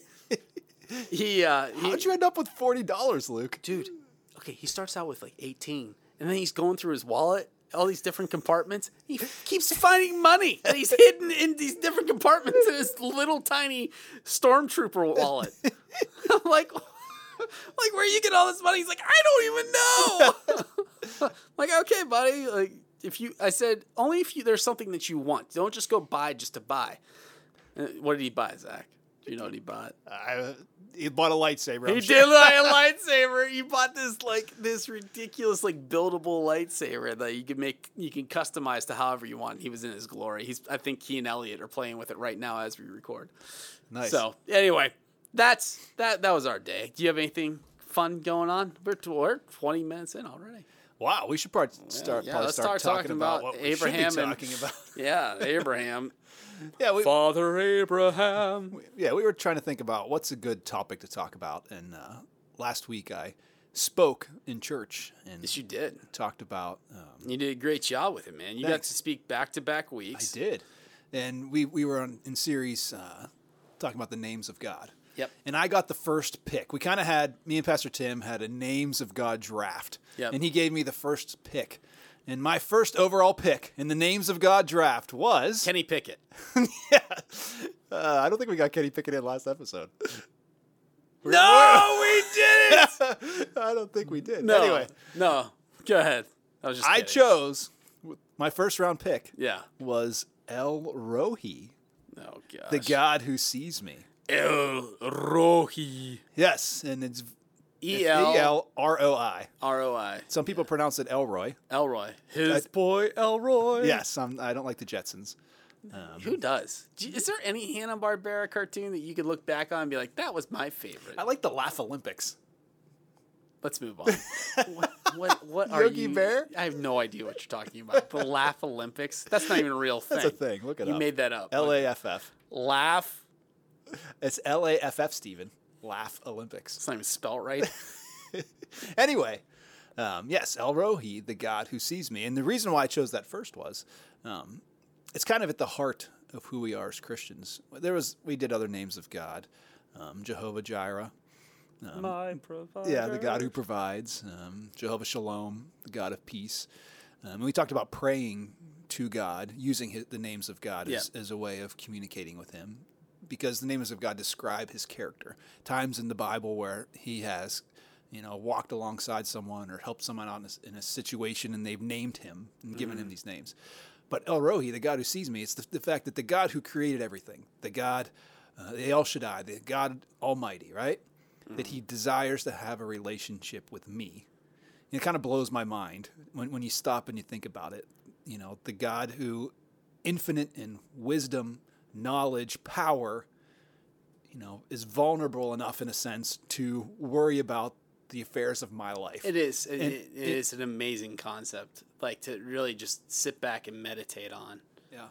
[SPEAKER 1] he, uh, he
[SPEAKER 2] How'd you end up with forty dollars, Luke?
[SPEAKER 1] dude. Okay, he starts out with like eighteen, and then he's going through his wallet, all these different compartments. He keeps finding money that he's hidden in these different compartments in his little tiny stormtrooper wallet. [LAUGHS] I'm like, [LAUGHS] like where you get all this money? He's like, I don't even know. [LAUGHS] like, okay, buddy. Like, if you, I said, only if you, there's something that you want. Don't just go buy just to buy. Uh, What did he buy, Zach? Do you know what he bought?
[SPEAKER 2] I, he bought a lightsaber. I'm
[SPEAKER 1] He
[SPEAKER 2] sure.
[SPEAKER 1] did buy
[SPEAKER 2] [LAUGHS]
[SPEAKER 1] a lightsaber. You bought this like this ridiculous like buildable lightsaber that you can make you can customize to however you want. He was in his glory. He's I think he and Elliot are playing with it right now as we record.
[SPEAKER 2] Nice.
[SPEAKER 1] So anyway, that's that that was our day. Do you have anything fun going on? We're, we're twenty minutes in already.
[SPEAKER 2] Wow, we should probably start,
[SPEAKER 1] yeah,
[SPEAKER 2] probably
[SPEAKER 1] let's
[SPEAKER 2] start,
[SPEAKER 1] start talking
[SPEAKER 2] talking, about,
[SPEAKER 1] about
[SPEAKER 2] what we
[SPEAKER 1] Abraham
[SPEAKER 2] should be
[SPEAKER 1] and-
[SPEAKER 2] talking about. [LAUGHS]
[SPEAKER 1] Yeah, Abraham.
[SPEAKER 2] Yeah, we,
[SPEAKER 1] Father Abraham.
[SPEAKER 2] yeah, we were trying to think about what's a good topic to talk about. And uh, last week I spoke in church and
[SPEAKER 1] Yes, you did.
[SPEAKER 2] talked about. Um,
[SPEAKER 1] You did a great job with it, man. You
[SPEAKER 2] Thanks.
[SPEAKER 1] got to speak back to back
[SPEAKER 2] I
[SPEAKER 1] weeks.
[SPEAKER 2] did, and we we were on in series uh, talking about the names of God.
[SPEAKER 1] Yep.
[SPEAKER 2] And I got the first pick. We kind of had me and Pastor Tim had a names of God draft.
[SPEAKER 1] Yep.
[SPEAKER 2] And he gave me the first pick. And my first overall pick in the names of God draft was
[SPEAKER 1] Kenny Pickett.
[SPEAKER 2] [LAUGHS] yeah. Uh, I don't think we got Kenny Pickett in last episode. [LAUGHS]
[SPEAKER 1] No, we didn't.
[SPEAKER 2] I don't think we did.
[SPEAKER 1] No,
[SPEAKER 2] Anyway,
[SPEAKER 1] no. Go ahead. I was just.
[SPEAKER 2] I
[SPEAKER 1] kidding.
[SPEAKER 2] chose my first round pick
[SPEAKER 1] Yeah.
[SPEAKER 2] was El Rohi,
[SPEAKER 1] Oh gosh.
[SPEAKER 2] the God who sees me.
[SPEAKER 1] El Rohi.
[SPEAKER 2] Yes, and it's
[SPEAKER 1] E
[SPEAKER 2] E
[SPEAKER 1] L
[SPEAKER 2] L R O I.
[SPEAKER 1] R O I.
[SPEAKER 2] Some people pronounce it Elroy.
[SPEAKER 1] Elroy. His
[SPEAKER 2] I-
[SPEAKER 1] boy Elroy.
[SPEAKER 2] Yes, I'm, I don't like the Jetsons.
[SPEAKER 1] Who does? Do you- Is there any Hanna Barbera cartoon that you could look back on and be like, that was my favorite?
[SPEAKER 2] I like the Laugh Olympics.
[SPEAKER 1] Let's move
[SPEAKER 2] [LAUGHS]
[SPEAKER 1] on. what, what, what are
[SPEAKER 2] Yogi
[SPEAKER 1] you?
[SPEAKER 2] Bear?
[SPEAKER 1] I have no idea what you're talking about. The Laugh Olympics. That's not even a real thing.
[SPEAKER 2] [LAUGHS] That's a thing. Look it
[SPEAKER 1] You
[SPEAKER 2] up.
[SPEAKER 1] made that up.
[SPEAKER 2] L A F F.
[SPEAKER 1] Laugh.
[SPEAKER 2] It's L A F F, Steven. Laugh Olympics.
[SPEAKER 1] It's not even spelled
[SPEAKER 2] [LAUGHS]
[SPEAKER 1] right.
[SPEAKER 2] Anyway, um, yes, El Rohi, the God who sees me. And the reason why I chose that first was um, it's kind of at the heart of who we are as Christians. There was We did other names of God, um, Jehovah Jireh.
[SPEAKER 1] My provider.
[SPEAKER 2] Um, Yeah, the God who provides, um, Jehovah Shalom, the God of peace. Um, and we talked about praying to God, using his, the names of God as, as a way of communicating with Him, because the names of God describe His character. Times in the Bible where He has, you know, walked alongside someone or helped someone out in a, s- in a situation, and they've named Him and given Him these names. But El Rohi, the God who sees me, it's the, the fact that the God who created everything, the God, uh, the El Shaddai, the God Almighty, right? that he desires to have a relationship with me. And it kind of blows my mind when, when you stop and you think about it. You know, the God who infinite in wisdom, knowledge, power, you know, is vulnerable enough in a sense to worry about the affairs of my life.
[SPEAKER 1] It is. It,
[SPEAKER 2] And
[SPEAKER 1] it-
[SPEAKER 2] it-
[SPEAKER 1] it is an amazing concept. Like to really just sit back and meditate on.
[SPEAKER 2] yeah.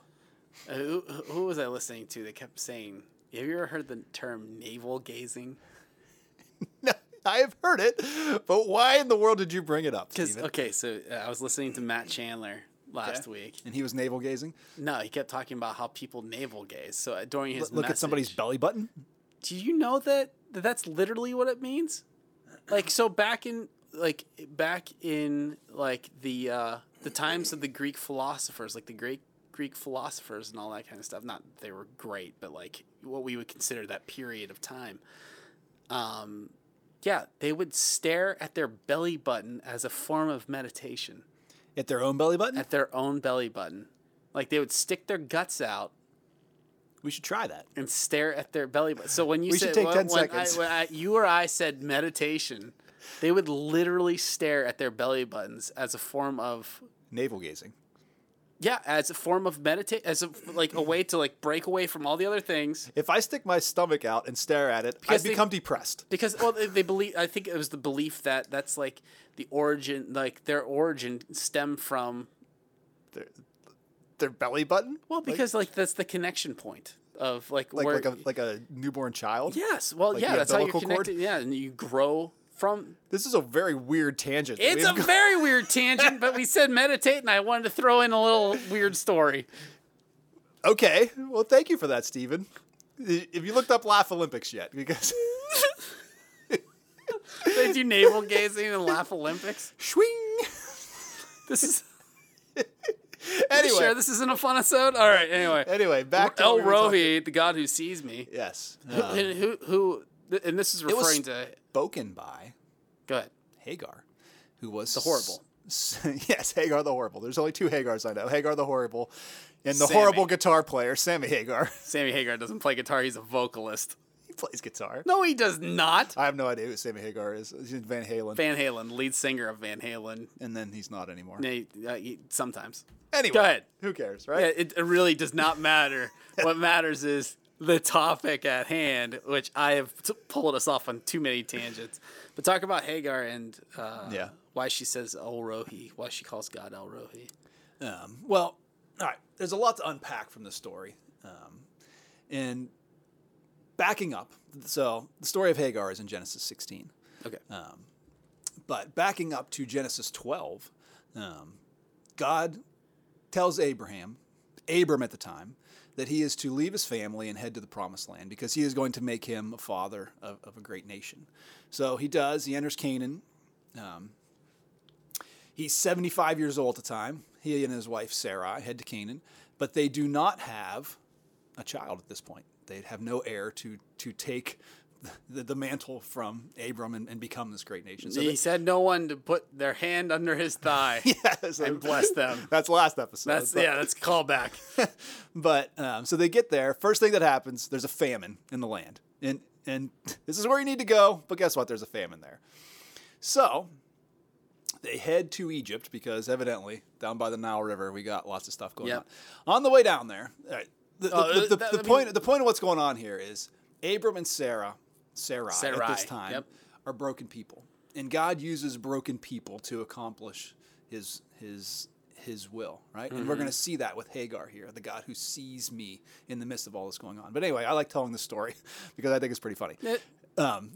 [SPEAKER 1] Uh, who, who was I listening to that kept saying, "Have you ever heard the term navel gazing?"
[SPEAKER 2] [LAUGHS]
[SPEAKER 1] [LAUGHS]
[SPEAKER 2] I have heard it, but why in the world did you bring it up?
[SPEAKER 1] 'Cause-
[SPEAKER 2] Steven?
[SPEAKER 1] okay, so uh, I was listening to Matt Chandler last
[SPEAKER 2] Okay.
[SPEAKER 1] week.
[SPEAKER 2] And he was navel gazing.
[SPEAKER 1] No, he kept talking about how people navel gaze. So uh, during his
[SPEAKER 2] Look at somebody's
[SPEAKER 1] message-
[SPEAKER 2] belly button.
[SPEAKER 1] Do you know that, that that's literally what it means? Like so back in like back in like the uh, the times of the Greek philosophers, like the great Greek philosophers and all that kind of stuff. Not that they were great, but like what we would consider that period of time. Um, yeah, they would stare at their belly button as a form of meditation
[SPEAKER 2] At their own belly button?
[SPEAKER 1] at their own belly button. Like they would stick their guts out
[SPEAKER 2] We should try that.
[SPEAKER 1] and stare at their belly button. So when you
[SPEAKER 2] We
[SPEAKER 1] said
[SPEAKER 2] should take
[SPEAKER 1] when,
[SPEAKER 2] 10
[SPEAKER 1] when
[SPEAKER 2] seconds.
[SPEAKER 1] I, when I, you or I said meditation, they would literally stare at their belly buttons as a form of
[SPEAKER 2] Navel gazing.
[SPEAKER 1] yeah, as a form of meditate, as a like a way to like break away from all the other things.
[SPEAKER 2] If I stick my stomach out and stare at it,
[SPEAKER 1] Because
[SPEAKER 2] I
[SPEAKER 1] they-
[SPEAKER 2] become depressed.
[SPEAKER 1] because well they, they believe i think it was the belief that that's like the origin like their origin stemmed from
[SPEAKER 2] Their belly button?
[SPEAKER 1] well because like, that's the connection point of like,
[SPEAKER 2] Like
[SPEAKER 1] where
[SPEAKER 2] like a like a newborn child.
[SPEAKER 1] yes well
[SPEAKER 2] like
[SPEAKER 1] yeah
[SPEAKER 2] the
[SPEAKER 1] that's how you're
[SPEAKER 2] umbilical cord?
[SPEAKER 1] connected yeah and you grow from
[SPEAKER 2] This is a very weird tangent. that
[SPEAKER 1] It's
[SPEAKER 2] we've
[SPEAKER 1] a
[SPEAKER 2] gone-
[SPEAKER 1] very weird tangent, but we said meditate, and I wanted to throw in a little weird story.
[SPEAKER 2] okay. Well, thank you for that, Steven. If you looked up Laugh Olympics yet,
[SPEAKER 1] [LAUGHS]
[SPEAKER 2] because
[SPEAKER 1] They do navel gazing and laugh Olympics.
[SPEAKER 2] swing.
[SPEAKER 1] This is [LAUGHS]
[SPEAKER 2] Anyway,
[SPEAKER 1] sure this isn't a fun episode. All right, anyway,
[SPEAKER 2] anyway, back to
[SPEAKER 1] El
[SPEAKER 2] what we were talking-
[SPEAKER 1] Rohi, the God who sees me, [LAUGHS]
[SPEAKER 2] Yes,
[SPEAKER 1] who, who, who, and this is
[SPEAKER 2] was-
[SPEAKER 1] referring to.
[SPEAKER 2] spoken by
[SPEAKER 1] Go ahead.
[SPEAKER 2] Hagar, who was the
[SPEAKER 1] horrible.
[SPEAKER 2] [LAUGHS] yes, Hagar the horrible. There's only two Hagars I know: Hagar the horrible, and the
[SPEAKER 1] Sammy.
[SPEAKER 2] horrible guitar player Sammy Hagar. [LAUGHS]
[SPEAKER 1] Sammy Hagar doesn't play guitar; he's a vocalist.
[SPEAKER 2] he plays guitar.
[SPEAKER 1] No, he does not.
[SPEAKER 2] I have no idea who Sammy Hagar is. He's in Van Halen,
[SPEAKER 1] Van Halen, lead singer of Van Halen,
[SPEAKER 2] and then he's not anymore.
[SPEAKER 1] They- uh, he- sometimes.
[SPEAKER 2] Anyway,
[SPEAKER 1] Go ahead.
[SPEAKER 2] Who cares, right?
[SPEAKER 1] Yeah, it, it really does not matter. what matters is the topic at hand, which I have t- pulled us off on too many tangents. But talk about Hagar and uh,
[SPEAKER 2] Yeah.
[SPEAKER 1] why she says El Rohi, why she calls God El Rohi.
[SPEAKER 2] Um, well, all right. There's a lot to unpack from this story. Um, and backing up, so the story of Hagar is in Genesis 16,
[SPEAKER 1] Okay.
[SPEAKER 2] but backing up to Genesis 12, um, God tells Abraham, Abram at the time, that he is to leave his family and head to the promised land because he is going to make him a father of, of a great nation. So he does. He enters Canaan. Um, he's 75 years old at the time. He and his wife Sarai head to Canaan, but they do not have a child at this point. They have no heir to to take the, the mantle from Abram and, and become this great nation. So
[SPEAKER 1] he
[SPEAKER 2] they,
[SPEAKER 1] said no one to put their hand under his thigh
[SPEAKER 2] [LAUGHS] yeah, so-
[SPEAKER 1] and bless them.
[SPEAKER 2] That's last episode.
[SPEAKER 1] That's
[SPEAKER 2] but-
[SPEAKER 1] yeah, that's a callback.
[SPEAKER 2] But um, so they get there. First thing that happens, there's a famine in the land, and and [LAUGHS] this is where you need to go. But guess what? There's a famine there. So they head to Egypt because evidently down by the Nile River we got lots of stuff going
[SPEAKER 1] Yep.
[SPEAKER 2] on. On the way down there, all right, the, the,
[SPEAKER 1] Oh,
[SPEAKER 2] the- the-
[SPEAKER 1] that-
[SPEAKER 2] the
[SPEAKER 1] I mean-
[SPEAKER 2] point the point of what's going on here is Abram and Sarah, Sarah at
[SPEAKER 1] Sarai,
[SPEAKER 2] this time
[SPEAKER 1] yep.
[SPEAKER 2] are broken people, and God uses broken people to accomplish His His His will, right? And
[SPEAKER 1] Mm-hmm.
[SPEAKER 2] we're going to see that with Hagar here, the God who sees me in the midst of all this going on. But anyway, I like telling this story [LAUGHS] because I think it's pretty funny. Um,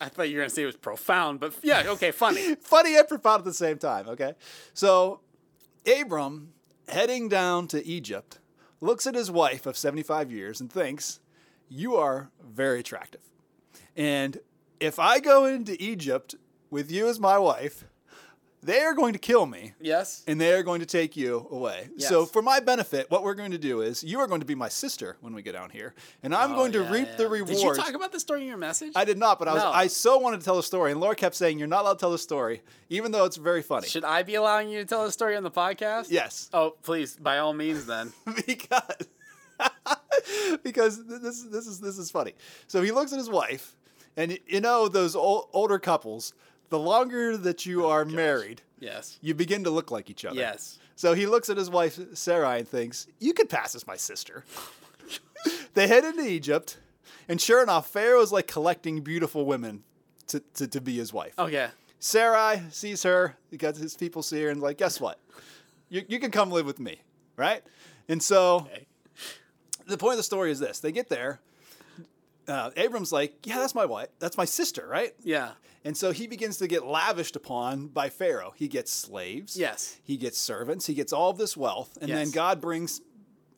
[SPEAKER 1] I thought you were gonna say it was profound, but yeah, okay,
[SPEAKER 2] [LAUGHS]
[SPEAKER 1] funny.
[SPEAKER 2] funny and profound at the same time. Okay, so Abram heading down to Egypt looks at his wife of 75 years and thinks, "You are very attractive, and if I go into Egypt with you as my wife, they are going to kill me."
[SPEAKER 1] Yes.
[SPEAKER 2] And they are going to take you away. So,
[SPEAKER 1] Yes.
[SPEAKER 2] for my benefit, what we're going to do is you are going to be my sister when we get down here, and I'm going to
[SPEAKER 1] Oh, yeah,
[SPEAKER 2] reap
[SPEAKER 1] yeah.
[SPEAKER 2] the rewards.
[SPEAKER 1] Did you talk about this during your message?
[SPEAKER 2] I did not, but I was
[SPEAKER 1] No.
[SPEAKER 2] I so wanted to tell the story, and Laura kept saying you're not allowed to tell the story, even though it's very funny.
[SPEAKER 1] Should I be allowing you to tell a story on the podcast?
[SPEAKER 2] yes, [LAUGHS]
[SPEAKER 1] Oh, please, by all means, then.
[SPEAKER 2] because [LAUGHS] because th- this this is this is funny. So he looks at his wife, and y- you know those ol older couples. The longer that you are married,
[SPEAKER 1] Yes.
[SPEAKER 2] you begin to look like each other.
[SPEAKER 1] Oh Yes.
[SPEAKER 2] So he looks at his wife Sarai and thinks, "You could pass as
[SPEAKER 1] [LAUGHS]
[SPEAKER 2] my sister." they head into Egypt, and sure enough, Pharaoh's like collecting beautiful women to, to, to be his wife.
[SPEAKER 1] Oh yeah.
[SPEAKER 2] Sarai sees her because his people see her and like, guess what? You, you can come live with me, right? And so
[SPEAKER 1] Okay.
[SPEAKER 2] the point of the story is this: they get there. Uh, Abram's like, yeah, that's my wife, that's my sister, right?
[SPEAKER 1] Yeah.
[SPEAKER 2] And so he begins to get lavished upon by Pharaoh. He gets slaves.
[SPEAKER 1] Yes.
[SPEAKER 2] He gets servants. He gets all of this wealth, and then
[SPEAKER 1] Yes.
[SPEAKER 2] God brings,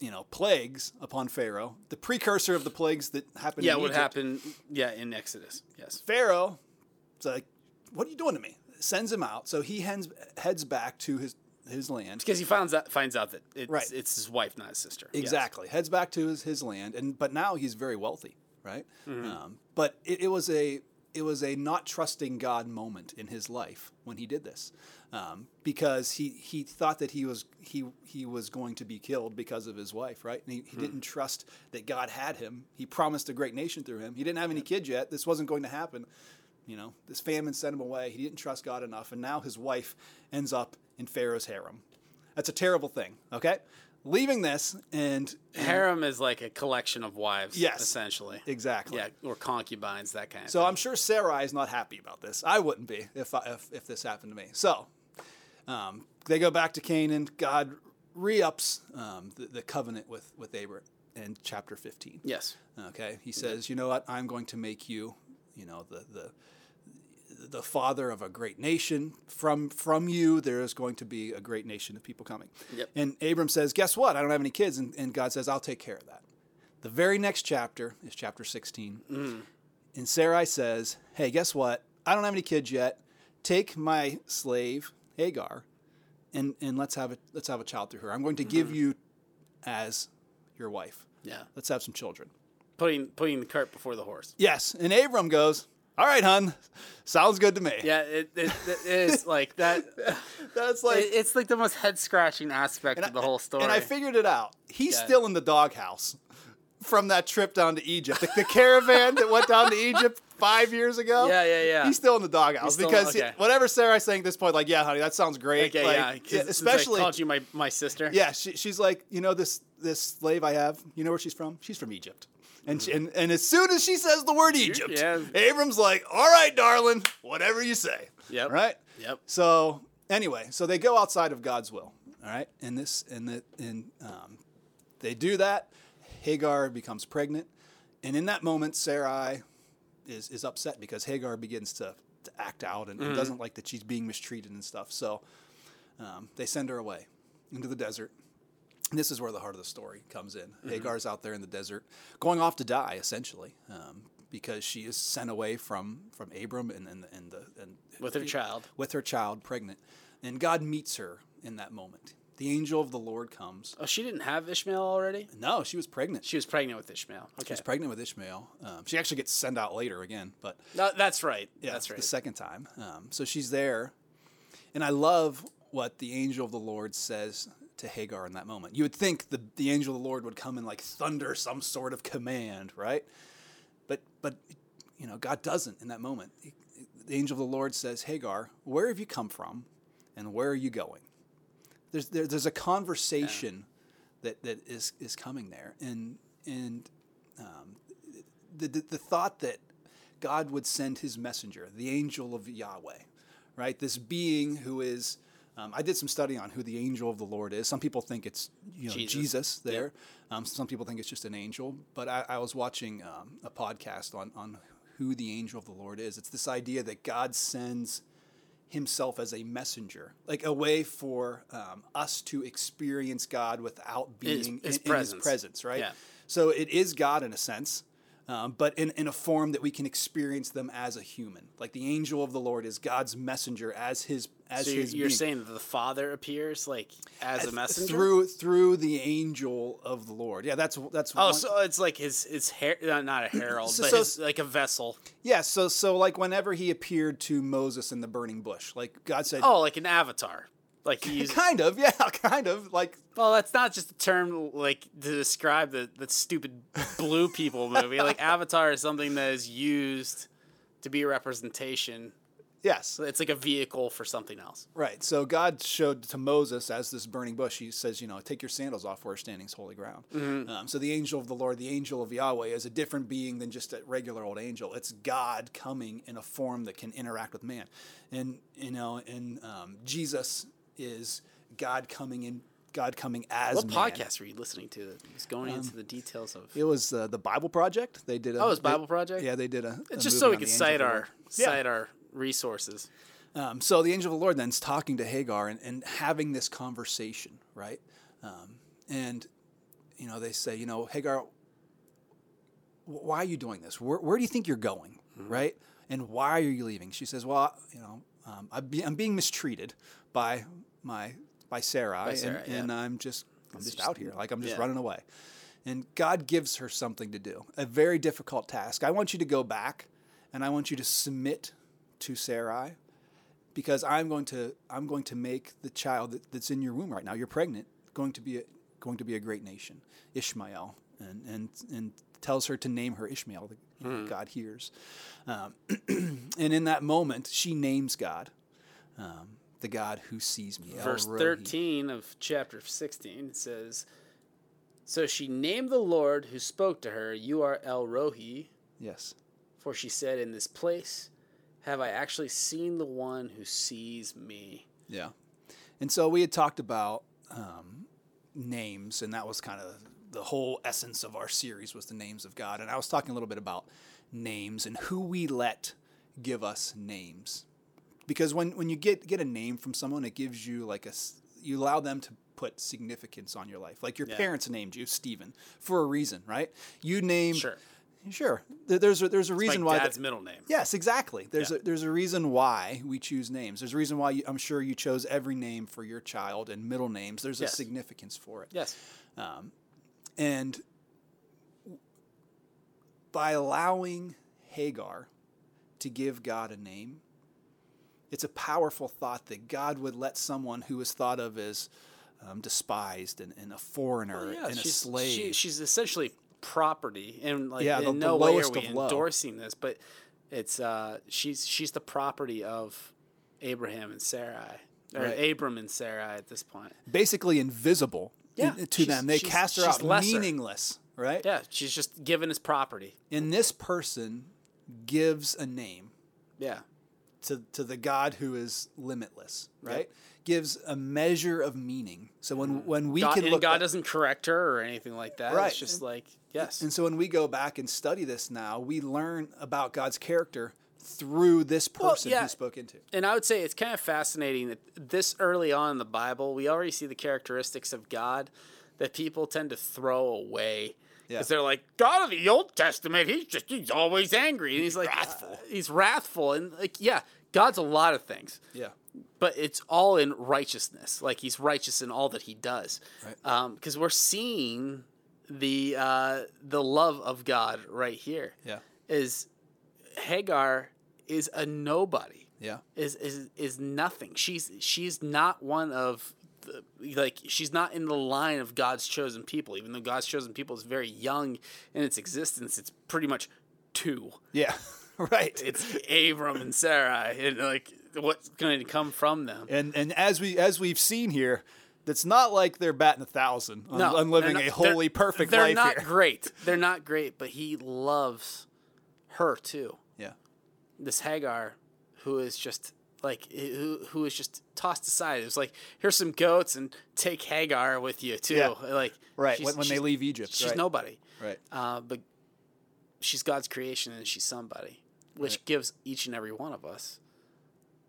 [SPEAKER 2] you know, plagues upon Pharaoh. The precursor of the plagues that happened.
[SPEAKER 1] Yeah,
[SPEAKER 2] in
[SPEAKER 1] what
[SPEAKER 2] Egypt.
[SPEAKER 1] happened? Yeah, in Exodus. Yes.
[SPEAKER 2] Pharaoh is like, "What are you doing to me?" Sends him out. So he heads heads back to his his land.
[SPEAKER 1] Because he finds out finds out that it's
[SPEAKER 2] Right.
[SPEAKER 1] it's his wife, not his sister. Yes.
[SPEAKER 2] Exactly, heads back to his, his land, and but now he's very wealthy, right? Um, but it, it was a it was a not trusting God moment in his life when he did this, um, because he he thought that he was he he was going to be killed because of his wife, right? And he, he didn't trust that God had him. He promised a great nation through him. He didn't have any kids yet. This wasn't going to happen. You know, this famine sent him away. He didn't trust God enough, and now his wife ends up in Pharaoh's harem. That's a terrible thing. Okay, leaving this and
[SPEAKER 1] Harem is like a collection of wives.
[SPEAKER 2] Yes.
[SPEAKER 1] Essentially.
[SPEAKER 2] exactly.
[SPEAKER 1] Yeah, or concubines, that kind of.
[SPEAKER 2] So I'm sure Sarai is not happy about this. I wouldn't be if I, if, if this happened to me. So um, they go back to Canaan. God re-ups um, the, the covenant with with Abram in chapter 15.
[SPEAKER 1] Yes.
[SPEAKER 2] Okay, he says, you know what? I'm going to make you, you know, the the the father of a great nation. From from you, there is going to be a great nation of people coming.
[SPEAKER 1] Yep.
[SPEAKER 2] And Abram says, guess what? I don't have any kids, and, and God says, I'll take care of that. The very next chapter is chapter 16, and Sarai says, hey, guess what? I don't have any kids yet. Take my slave Hagar, and and let's have a let's have a child through her. I'm going to give you as your wife.
[SPEAKER 1] Yeah.
[SPEAKER 2] Let's have some children.
[SPEAKER 1] Putting putting the cart before the horse.
[SPEAKER 2] Yes. And Abram goes, All right, hun. Sounds good to me.
[SPEAKER 1] Yeah, it, it, it
[SPEAKER 2] [LAUGHS]
[SPEAKER 1] is like that.
[SPEAKER 2] That's like.
[SPEAKER 1] it- it's like the most head scratching aspect of the whole story.
[SPEAKER 2] And I figured it out. He's
[SPEAKER 1] Yeah.
[SPEAKER 2] still in the doghouse from that trip down to Egypt. The, the caravan that went down to Egypt five years ago.
[SPEAKER 1] Yeah, yeah, yeah.
[SPEAKER 2] He's still in the doghouse
[SPEAKER 1] still-
[SPEAKER 2] because he-
[SPEAKER 1] okay.
[SPEAKER 2] whatever Sarah's saying at this point, like, yeah, honey, that sounds great.
[SPEAKER 1] okay,
[SPEAKER 2] like,
[SPEAKER 1] yeah, 'cause since
[SPEAKER 2] especially.
[SPEAKER 1] I called you my, my sister.
[SPEAKER 2] yeah, she, she's like, you know, this this slave I have, you know where she's from? She's from Egypt. And, she, and and as soon as she says the word Egypt,
[SPEAKER 1] yeah.
[SPEAKER 2] Abram's like, all right, darling, whatever you say.
[SPEAKER 1] Yep.
[SPEAKER 2] Right?
[SPEAKER 1] Yep.
[SPEAKER 2] So anyway, so they go outside of God's will. All right, and this and the and um, they do that. Hagar becomes pregnant, and in that moment, Sarai is is upset because Hagar begins to, to act out and,
[SPEAKER 1] Mm-hmm.
[SPEAKER 2] and doesn't like that she's being mistreated and stuff. So um, they send her away into the desert. And this is where the heart of the story comes in.
[SPEAKER 1] Mm-hmm.
[SPEAKER 2] Hagar's out there in the desert, going off to die, essentially, um, because she is sent away from from Abram and and, and the and
[SPEAKER 1] With her child.
[SPEAKER 2] with her child pregnant. And God meets her in that moment. The angel of the Lord comes.
[SPEAKER 1] Oh, she didn't have Ishmael already?
[SPEAKER 2] No, she was pregnant. She
[SPEAKER 1] She was pregnant with Ishmael. Okay.
[SPEAKER 2] was pregnant with Ishmael. Um, she actually gets sent out later again, but
[SPEAKER 1] No, that's right.
[SPEAKER 2] yeah,
[SPEAKER 1] that's
[SPEAKER 2] The
[SPEAKER 1] right.
[SPEAKER 2] second time. Um, so she's there. And I love what the angel of the Lord says to Hagar in that moment. You would think the, the angel of the Lord would come and like thunder some sort of command, right? But, but, you know, God doesn't in that moment. The angel of the Lord says, Hagar, where have you come from and where are you going? There's, there, there's a conversation that, that is, is coming there. And, and um, the, the, the thought that God would send his messenger, the angel of Yahweh, right? This being who is, um, I did some study on who the angel of the Lord is. Some people think it's you know, Jesus.
[SPEAKER 1] Jesus.
[SPEAKER 2] there. Um, some people think it's just an angel. But I, I was watching um, a podcast on, on who the angel of the Lord is. It's this idea that God sends himself as a messenger, like a way for um, us to experience God without
[SPEAKER 1] his-
[SPEAKER 2] being
[SPEAKER 1] his
[SPEAKER 2] in, in his
[SPEAKER 1] presence.
[SPEAKER 2] presence, right?
[SPEAKER 1] Yeah.
[SPEAKER 2] So it is God in a sense, um, but in, in a form that we can experience them as a human. Like the angel of the Lord is God's messenger as his as
[SPEAKER 1] So you're,
[SPEAKER 2] his
[SPEAKER 1] you're
[SPEAKER 2] being.
[SPEAKER 1] saying that the father appears like as a messenger?
[SPEAKER 2] through through the angel of the Lord. Yeah, that's that's
[SPEAKER 1] Oh,
[SPEAKER 2] one-
[SPEAKER 1] so it's like his his hair, uh, not a herald,
[SPEAKER 2] So-
[SPEAKER 1] but
[SPEAKER 2] so-
[SPEAKER 1] his, like a vessel.
[SPEAKER 2] yeah. So so like whenever he appeared to Moses in the burning bush, like God said,
[SPEAKER 1] Oh, like an avatar. Like he
[SPEAKER 2] [LAUGHS]
[SPEAKER 1] used.
[SPEAKER 2] kind of, yeah, kind of like
[SPEAKER 1] well, that's not just a term like to describe the the stupid blue people movie.
[SPEAKER 2] [LAUGHS]
[SPEAKER 1] Like avatar is something that is used to be a representation.
[SPEAKER 2] yes,
[SPEAKER 1] It's like a vehicle for something else.
[SPEAKER 2] Right. So God showed to Moses as this burning bush. He says, you know, take your sandals off. We're standing is holy ground.
[SPEAKER 1] Mm-hmm.
[SPEAKER 2] Um, so the angel of the Lord, the angel of Yahweh, is a different being than just a regular old angel. It's God coming in a form that can interact with man, and you know, and um, Jesus is God coming in. God coming as
[SPEAKER 1] What
[SPEAKER 2] man. Um,
[SPEAKER 1] podcast were you listening to that was going into the details of?
[SPEAKER 2] It was uh, the Bible Project. They did. A,
[SPEAKER 1] Oh, it was
[SPEAKER 2] they-
[SPEAKER 1] Bible Project?
[SPEAKER 2] Yeah, they did a. a
[SPEAKER 1] Just
[SPEAKER 2] movie
[SPEAKER 1] so we
[SPEAKER 2] on
[SPEAKER 1] could
[SPEAKER 2] the angel of
[SPEAKER 1] cite
[SPEAKER 2] the
[SPEAKER 1] our
[SPEAKER 2] Lord. Yeah.
[SPEAKER 1] cite our resources.
[SPEAKER 2] Um, so the angel of the Lord then is talking to Hagar and, and having this conversation, right? Um, and, you know, they say, you know, Hagar, wh- why are you doing this? Where, where do you think you're going, right? And why are you leaving? She says, well, you know, um, I'm, be, I'm being mistreated by my by Sarah,
[SPEAKER 1] Sarai,
[SPEAKER 2] and,
[SPEAKER 1] yeah.
[SPEAKER 2] and I'm just I'm just out here, like I'm just
[SPEAKER 1] yeah.
[SPEAKER 2] running away. And God gives her something to do, a very difficult task. I want you to go back, and I want you to submit to Sarai because I'm going to I'm going to make the child that, that's in your womb right now. You're pregnant, going to be a, going to be a great nation, Ishmael, and and and tells her to name her Ishmael. that God hears, um, [CLEARS THROAT] and in that moment, she names God, um, the God who sees me. El
[SPEAKER 1] verse
[SPEAKER 2] Rohi.
[SPEAKER 1] 13 of chapter 16 it says so she named the lord who spoke to her you are el rohi
[SPEAKER 2] Yes,
[SPEAKER 1] for she said in this place have i actually seen the one who sees me
[SPEAKER 2] yeah, and so we had talked about um, names, and that was kind of the whole essence of our series was the names of God. And I was talking a little bit about names and who we let give us names, because when when you get get a name from someone, it gives you like a s- you allow them to put significance on your life. Like your parents named you Stephen for a reason, right? You named
[SPEAKER 1] Sure.
[SPEAKER 2] sure. There- There's a, there's a reason
[SPEAKER 1] like
[SPEAKER 2] why
[SPEAKER 1] dad's
[SPEAKER 2] that-
[SPEAKER 1] middle name
[SPEAKER 2] Yes, exactly. There's
[SPEAKER 1] Yeah.
[SPEAKER 2] a, there's a reason why we choose names. There's a reason why you, I'm sure you chose every name for your child and middle names. There's
[SPEAKER 1] Yes.
[SPEAKER 2] a significance for it.
[SPEAKER 1] yes
[SPEAKER 2] And by allowing Hagar to give God a name, it's a powerful thought that God would let someone who is thought of as um, despised and, and a foreigner
[SPEAKER 1] Oh, yeah
[SPEAKER 2] and a
[SPEAKER 1] she's,
[SPEAKER 2] slave.
[SPEAKER 1] she- she's essentially property and like
[SPEAKER 2] Yeah, the-
[SPEAKER 1] in
[SPEAKER 2] the
[SPEAKER 1] no way are
[SPEAKER 2] lowest
[SPEAKER 1] we
[SPEAKER 2] of low.
[SPEAKER 1] endorsing this but it's uh she's she's the property of abraham and sarai or
[SPEAKER 2] Right.
[SPEAKER 1] abram and sarai at this point
[SPEAKER 2] basically invisible
[SPEAKER 1] Yeah,
[SPEAKER 2] in- to
[SPEAKER 1] she's-
[SPEAKER 2] them. They
[SPEAKER 1] she's-
[SPEAKER 2] cast her
[SPEAKER 1] she's
[SPEAKER 2] out
[SPEAKER 1] lesser.
[SPEAKER 2] meaningless, right?
[SPEAKER 1] yeah she's just given as property
[SPEAKER 2] And this person gives a name
[SPEAKER 1] yeah
[SPEAKER 2] to, to the God who is limitless, right? Gives a measure of meaning. So when when we
[SPEAKER 1] Mm. God,
[SPEAKER 2] can
[SPEAKER 1] and
[SPEAKER 2] look
[SPEAKER 1] God
[SPEAKER 2] back-
[SPEAKER 1] doesn't correct her or anything like that.
[SPEAKER 2] Right.
[SPEAKER 1] It's just like yes,
[SPEAKER 2] and so when we go back and study this now, we learn about God's character through this person
[SPEAKER 1] yeah.
[SPEAKER 2] who spoke into.
[SPEAKER 1] and I would say it's kind of fascinating that this early on in the Bible, we already see the characteristics of God that people tend to throw away.
[SPEAKER 2] Yeah.
[SPEAKER 1] Because they're like, God of the Old Testament, he's just, he's always angry. And he's like, wrathful. he's wrathful. And like, yeah, God's a lot of things,
[SPEAKER 2] Yeah.
[SPEAKER 1] but it's all in righteousness. Like, he's righteous in all that he does.
[SPEAKER 2] Right.
[SPEAKER 1] Because we're seeing the, uh, the love of God right here.
[SPEAKER 2] Yeah.
[SPEAKER 1] Is Hagar is a nobody
[SPEAKER 2] Yeah.
[SPEAKER 1] is is is nothing. She's she's not one of the, like she's not in the line of God's chosen people. Even though God's chosen people is very young in its existence, it's pretty much two.
[SPEAKER 2] Yeah. [LAUGHS] right.
[SPEAKER 1] It's Abram and Sarai, and like what's going to come from them?
[SPEAKER 2] and and as we as we've seen here, that's not like they're batting a thousand on,
[SPEAKER 1] No,
[SPEAKER 2] on living
[SPEAKER 1] they're
[SPEAKER 2] a
[SPEAKER 1] not-
[SPEAKER 2] holy
[SPEAKER 1] they're-
[SPEAKER 2] perfect
[SPEAKER 1] They're
[SPEAKER 2] life
[SPEAKER 1] not
[SPEAKER 2] here. [LAUGHS]
[SPEAKER 1] great. They're not great, but he loves her too.
[SPEAKER 2] Yeah.
[SPEAKER 1] this Hagar, who is just like who who is just tossed aside. It was like here's some goats and take Hagar with you too.
[SPEAKER 2] Yeah.
[SPEAKER 1] Like
[SPEAKER 2] Right.
[SPEAKER 1] she's-
[SPEAKER 2] When, when they
[SPEAKER 1] she's-
[SPEAKER 2] leave Egypt.
[SPEAKER 1] she's
[SPEAKER 2] right.
[SPEAKER 1] nobody.
[SPEAKER 2] Right.
[SPEAKER 1] Uh, but she's God's creation and she's somebody, which gives each and every one of us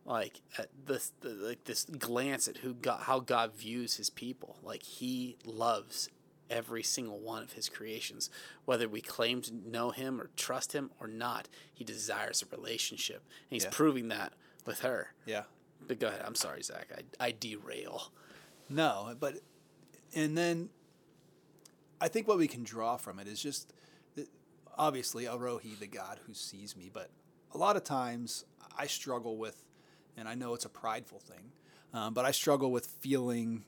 [SPEAKER 1] like uh, this the, like this glance at who God, how God views his people. Like he loves every single one of his creations, whether we claim to know him or trust him or not. He desires a relationship, and he's proving that with her.
[SPEAKER 2] Yeah.
[SPEAKER 1] But go ahead. I'm sorry, Zach. I, I derail.
[SPEAKER 2] No, but and then I think what we can draw from it is just that- obviously Arohi, the God who sees me, but a lot of times I struggle with, and I know it's a prideful thing, um, but I struggle with feeling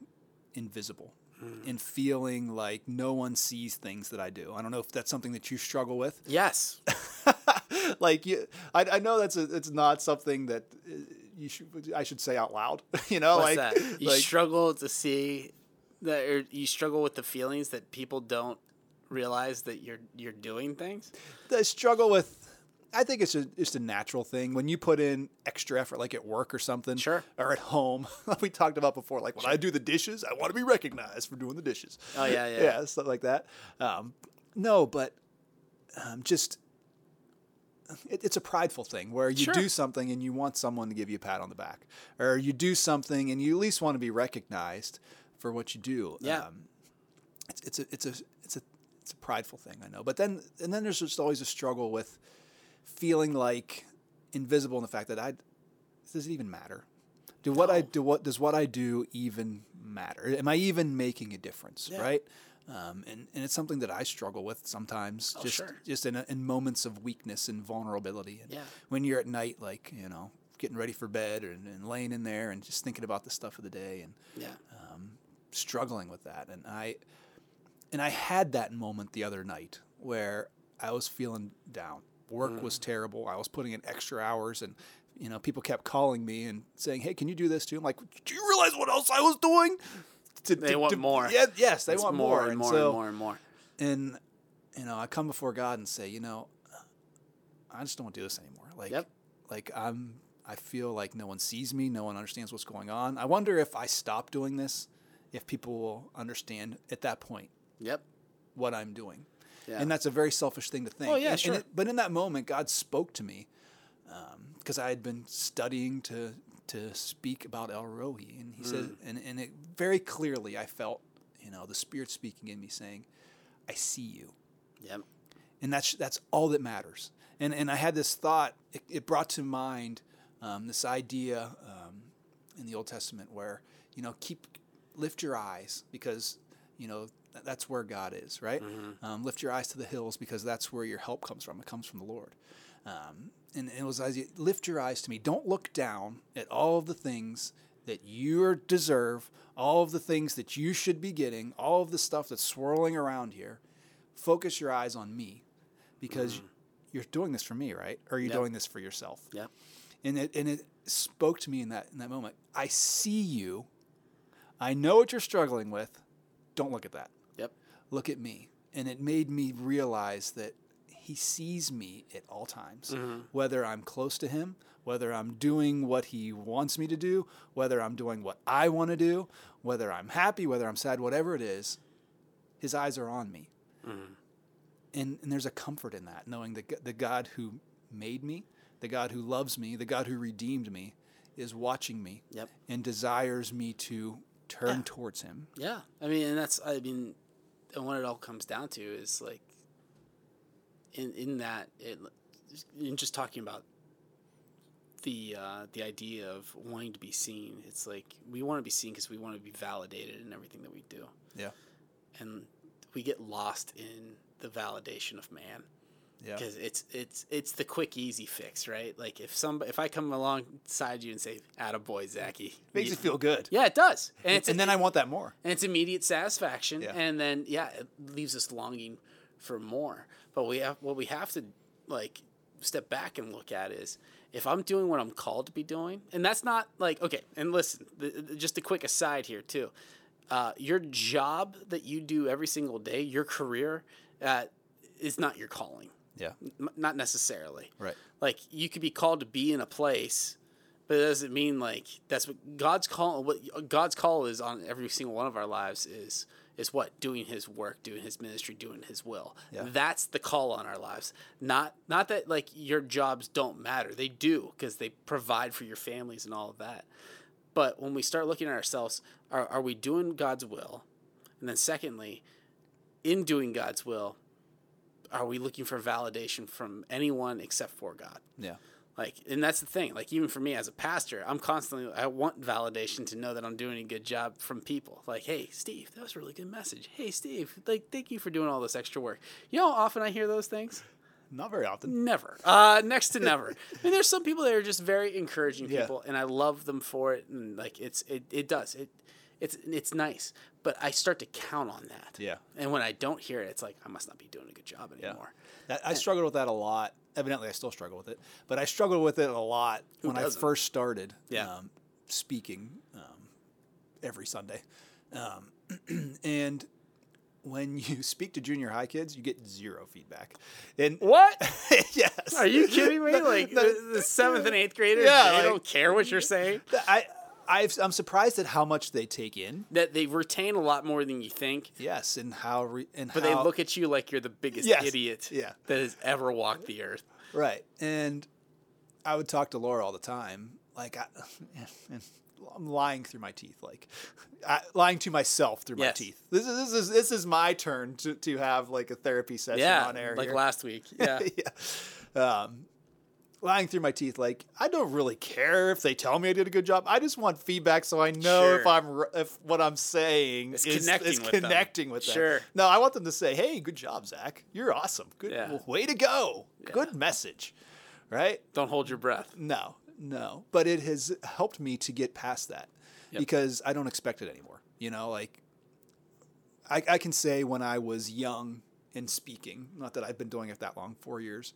[SPEAKER 2] invisible
[SPEAKER 1] Hmm.
[SPEAKER 2] and feeling like no one sees things that I do. I don't know if that's something that you struggle with. [LAUGHS]
[SPEAKER 1] Yes.
[SPEAKER 2] like you, I, I know that's a, it's not something that uh, you should I should say out loud. [LAUGHS] You know,
[SPEAKER 1] What's
[SPEAKER 2] like [LAUGHS]
[SPEAKER 1] that? Oh, You
[SPEAKER 2] like-
[SPEAKER 1] struggle to see that or you struggle with the feelings that people don't realize that you're you're doing things.
[SPEAKER 2] the struggle with I think it's a, it's a natural thing when you put in extra effort, like at work or something,
[SPEAKER 1] Sure.
[SPEAKER 2] or at home. [LAUGHS] like we talked about before, like when I do the dishes, I want to be recognized for doing the dishes.
[SPEAKER 1] Oh, yeah, yeah.
[SPEAKER 2] yeah, stuff like that. Um, no, but um, just it, it's a prideful thing where you
[SPEAKER 1] Sure.
[SPEAKER 2] do something and you want someone to give you a pat on the back, or you do something and you at least want to be recognized for what you do.
[SPEAKER 1] Yeah.
[SPEAKER 2] it's, it's a it's a it's a it's a prideful thing, I know. But then and then there's just always a struggle with feeling like invisible in the fact that I does it even matter? Do what I do what does what I do even matter? Am I even making a difference? Right? Um, and, and it's something that I struggle with sometimes, just
[SPEAKER 1] Oh, sure.
[SPEAKER 2] just in, in moments of weakness and vulnerability. And
[SPEAKER 1] Yeah.
[SPEAKER 2] when you're at night, like you know, getting ready for bed and, and laying in there and just thinking about the stuff of the day and
[SPEAKER 1] Yeah.
[SPEAKER 2] struggling with that and i and i had that moment the other night where i was feeling down work
[SPEAKER 1] Mm.
[SPEAKER 2] was terrible i was putting in extra hours and you know people kept calling me and saying hey can you do this too i'm like do you realize what else i was doing To-
[SPEAKER 1] They want more.
[SPEAKER 2] yeah, yes they
[SPEAKER 1] It's
[SPEAKER 2] want
[SPEAKER 1] more,
[SPEAKER 2] more,
[SPEAKER 1] and more
[SPEAKER 2] so-
[SPEAKER 1] and more and more.
[SPEAKER 2] and you know, I come before God and say, you know, I just don't want to do this anymore. Like,
[SPEAKER 1] Yep.
[SPEAKER 2] like I'm, I feel like no one sees me, no one understands what's going on. I wonder if I stop doing this, if people will understand at that point
[SPEAKER 1] Yep.
[SPEAKER 2] what I'm doing.
[SPEAKER 1] Yeah.
[SPEAKER 2] And that's a very selfish thing to think.
[SPEAKER 1] Oh, yeah,
[SPEAKER 2] And- and
[SPEAKER 1] sure.
[SPEAKER 2] it- but in that moment, God spoke to me because I had been studying to to speak about El Rohi, and he
[SPEAKER 1] Mm.
[SPEAKER 2] said, and and it very clearly, I felt, you know, the Spirit speaking in me, saying, "I see you."
[SPEAKER 1] Yep.
[SPEAKER 2] and that's that's all that matters. And and I had this thought. It, it brought to mind um, this idea um, in the Old Testament where you know keep lift your eyes because you know th- that's where God is, right? Um, lift your eyes to the hills because that's where your help comes from. It comes from the Lord. Um, and, and it was as lift your eyes to me. Don't look down at all of the things that you deserve, all of the things that you should be getting, all of the stuff that's swirling around here focus your eyes on me because you're doing this for me, right? Or you're doing this for yourself.
[SPEAKER 1] Yep.
[SPEAKER 2] And it and it spoke to me in that in that moment. I see you. I know what you're struggling with. Don't look at that.
[SPEAKER 1] Yep.
[SPEAKER 2] Look at me. And it made me realize that he sees me at all times, whether I'm close to him, whether I'm doing what he wants me to do, whether I'm doing what I want to do, whether I'm happy, whether I'm sad, whatever it is, his eyes are on me. And, and there's a comfort in that, knowing that g- the God who made me, the God who loves me, the God who redeemed me is watching me
[SPEAKER 1] Yep.
[SPEAKER 2] and desires me to turn towards him.
[SPEAKER 1] Yeah, I mean, and that's I mean, and what it all comes down to is like, in in that it, in just talking about the uh, the idea of wanting to be seen. It's like we want to be seen because we want to be validated in everything that we do,
[SPEAKER 2] Yeah.
[SPEAKER 1] and we get lost in the validation of man
[SPEAKER 2] Yeah.
[SPEAKER 1] because it's it's it's the quick easy fix, right? Like if some if I come alongside you and say, "Attaboy, Zachy,"
[SPEAKER 2] Makes
[SPEAKER 1] you-
[SPEAKER 2] it feel good.
[SPEAKER 1] yeah, it does, and it's
[SPEAKER 2] And then I want that more.
[SPEAKER 1] and it's immediate satisfaction
[SPEAKER 2] Yeah.
[SPEAKER 1] and then yeah it leaves us longing for more but we have what we have to like step back and look at is if i'm doing what i'm called to be doing and that's not like okay and listen th- th- just a quick aside here too uh, your job that you do every single day your career uh, is not your calling
[SPEAKER 2] Yeah.
[SPEAKER 1] M- not necessarily
[SPEAKER 2] Right.
[SPEAKER 1] like you could be called to be in a place but it doesn't mean like that's what god's call what god's call is on every single one of our lives is is what doing his work doing his ministry doing his will
[SPEAKER 2] Yeah.
[SPEAKER 1] that's the call on our lives not not that like your jobs don't matter they do because they provide for your families and all of that but when we start looking at ourselves are, are we doing god's will and then secondly in doing god's will are we looking for validation from anyone except for god
[SPEAKER 2] Yeah.
[SPEAKER 1] like, and that's the thing. Like, even for me as a pastor, I'm constantly, I want validation to know that I'm doing a good job from people. Like, hey, Steve, that was a really good message. Hey, Steve, like, thank you for doing all this extra work. You know how often I hear those things?
[SPEAKER 2] Not very often.
[SPEAKER 1] Never. Uh, next to
[SPEAKER 2] [LAUGHS]
[SPEAKER 1] never. I mean, there's some people that are just very encouraging
[SPEAKER 2] Yeah.
[SPEAKER 1] people, and I love them for it. And, like, it's, it, it does. It, it's, it's nice. But I start to count on that.
[SPEAKER 2] Yeah.
[SPEAKER 1] And when I don't hear it, it's like, I must not be doing a good job anymore.
[SPEAKER 2] That,
[SPEAKER 1] Uh,
[SPEAKER 2] I struggled with that a lot. Evidently, I still struggle with it, but I struggled with it a lot when
[SPEAKER 1] doesn't?
[SPEAKER 2] I first started
[SPEAKER 1] Yeah.
[SPEAKER 2] um, speaking um, every Sunday. Um, [CLEARS THROAT] and when you [LAUGHS] speak to junior high kids, you get zero feedback. And [LAUGHS]
[SPEAKER 1] What?
[SPEAKER 2] yes,
[SPEAKER 1] Are you kidding me?
[SPEAKER 2] [LAUGHS] No,
[SPEAKER 1] Like
[SPEAKER 2] no.
[SPEAKER 1] the, the seventh and eighth graders,
[SPEAKER 2] Yeah,
[SPEAKER 1] they
[SPEAKER 2] like-
[SPEAKER 1] don't care what you're saying.
[SPEAKER 2] I, I've, I'm surprised at how much they take in.
[SPEAKER 1] That they retain a lot more than you think,
[SPEAKER 2] Yes, and how re, and
[SPEAKER 1] but
[SPEAKER 2] how,
[SPEAKER 1] they look at you like you're the biggest
[SPEAKER 2] Yes.
[SPEAKER 1] idiot
[SPEAKER 2] Yeah.
[SPEAKER 1] that has ever walked the earth.
[SPEAKER 2] Right. And I would talk to Laura all the time. Like, I, [LAUGHS] and I'm lying through my teeth, like I, lying to myself through
[SPEAKER 1] Yes.
[SPEAKER 2] my teeth. This is, this is, this is my turn to, to have like a therapy session
[SPEAKER 1] Yeah,
[SPEAKER 2] on air.
[SPEAKER 1] like
[SPEAKER 2] here.
[SPEAKER 1] last [LAUGHS] week. Yeah,
[SPEAKER 2] yeah. Um, lying through my teeth. Like, I don't really care if they tell me I did a good job. I just want feedback. So I know if
[SPEAKER 1] Sure.
[SPEAKER 2] I'm, r- if what I'm saying
[SPEAKER 1] It's
[SPEAKER 2] is
[SPEAKER 1] connecting
[SPEAKER 2] is
[SPEAKER 1] with them.
[SPEAKER 2] connecting with them.
[SPEAKER 1] Sure.
[SPEAKER 2] No, I want them to say, Hey, good job, Zach. You're awesome. Good
[SPEAKER 1] Yeah.
[SPEAKER 2] way to go. Good message. Right.
[SPEAKER 1] don't hold your breath.
[SPEAKER 2] No, no. But it has helped me to get past that because I don't expect it anymore. You know, like I, I can say when I was young and speaking, not that I've been doing it that long, four years,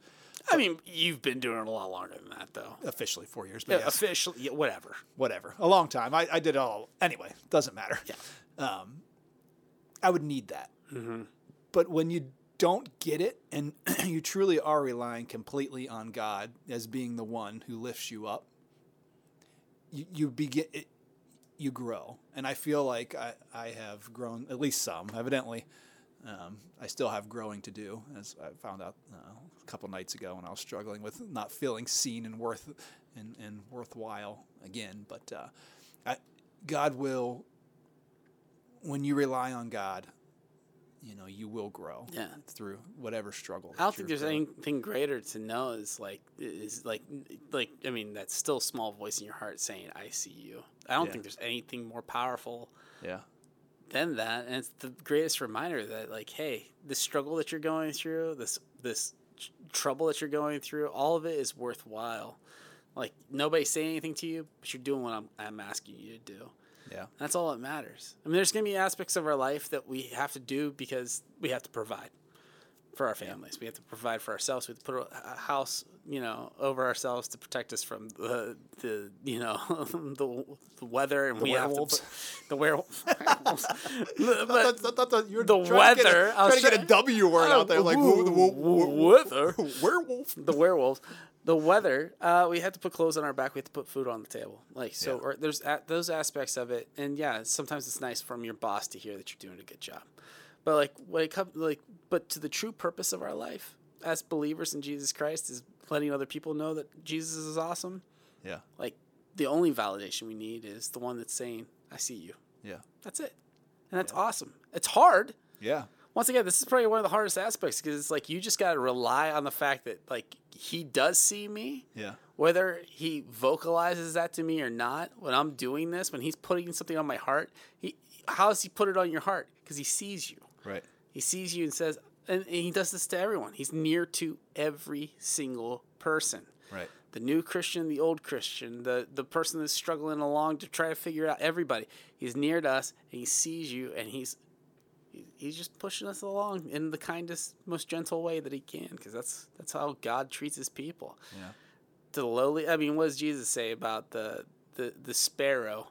[SPEAKER 1] I mean, you've been doing it a lot longer than that, though.
[SPEAKER 2] officially four years, but yes,
[SPEAKER 1] Officially, yeah, whatever.
[SPEAKER 2] whatever, a long time. I, I did it all. Anyway, doesn't matter. Yeah. Um, I would need that. But when you don't get it and [CLEARS THROAT] you truly are relying completely on God as being the one who lifts you up, you, you begin it, you grow and i feel like I, I have grown at least some evidently um, i still have growing to do as i found out uh, a couple nights ago when i was struggling with not feeling seen and worth and, and worthwhile again but uh, I, god will when you rely on god you know you will grow
[SPEAKER 1] Yeah.
[SPEAKER 2] through whatever struggle
[SPEAKER 1] I don't
[SPEAKER 2] that
[SPEAKER 1] think
[SPEAKER 2] you're
[SPEAKER 1] there's
[SPEAKER 2] feeling.
[SPEAKER 1] anything greater to know is like is like like I mean that still small voice in your heart saying I see you. I don't
[SPEAKER 2] Yeah.
[SPEAKER 1] think there's anything more powerful
[SPEAKER 2] yeah
[SPEAKER 1] than that and it's the greatest reminder that like hey the struggle that you're going through this this tr- trouble that you're going through all of it is worthwhile like nobody's saying anything to you but you're doing what i'm, I'm asking you to do
[SPEAKER 2] yeah
[SPEAKER 1] that's all that matters i mean there's going to be aspects of our life that we have to do because we have to provide for our families we have to provide for ourselves we have to put a a house you know over ourselves to protect us from the the you know [LAUGHS] the, the weather and we
[SPEAKER 2] werewolves?
[SPEAKER 1] have to put, the [LAUGHS]
[SPEAKER 2] [LAUGHS]
[SPEAKER 1] werewolves.
[SPEAKER 2] I
[SPEAKER 1] but
[SPEAKER 2] thought- I thought that you were
[SPEAKER 1] the
[SPEAKER 2] trying to get
[SPEAKER 1] weather, Oh,
[SPEAKER 2] a-
[SPEAKER 1] I was
[SPEAKER 2] trying to get a W word out there, like wo- wo- wo- wo-
[SPEAKER 1] weather,
[SPEAKER 2] werewolf.
[SPEAKER 1] the werewolves, the weather. Uh, we have to put clothes on our back. We have to put food on the table. Like so,
[SPEAKER 2] Yeah.
[SPEAKER 1] or there's a, those aspects of it. And yeah, sometimes it's nice from your boss to hear that you're doing a good job. But like when it comes like, but to the true purpose of our life as believers in Jesus Christ is letting other people know that Jesus is awesome.
[SPEAKER 2] Yeah,
[SPEAKER 1] Like the only validation we need is the one that's saying, "I see you."
[SPEAKER 2] yeah,
[SPEAKER 1] That's it, and that's awesome. It's hard
[SPEAKER 2] yeah.
[SPEAKER 1] once again, this is probably one of the hardest aspects because it's like you just got to rely on the fact that like he does see me,
[SPEAKER 2] Yeah.
[SPEAKER 1] whether he vocalizes that to me or not. When I'm doing this, when he's putting something on my heart, he how does he put it on your heart? Because he sees you.
[SPEAKER 2] Right.
[SPEAKER 1] He sees you and says, and, and he does this to everyone. He's near to every single person.
[SPEAKER 2] Right.
[SPEAKER 1] The new Christian, the old Christian, the, the person that's struggling along to try to figure out everybody. He's near to us and he sees you and he's he's just pushing us along in the kindest, most gentle way that he can, because that's that's how God treats his people.
[SPEAKER 2] Yeah.
[SPEAKER 1] To the lowly, I mean, what does Jesus say about the the the sparrow?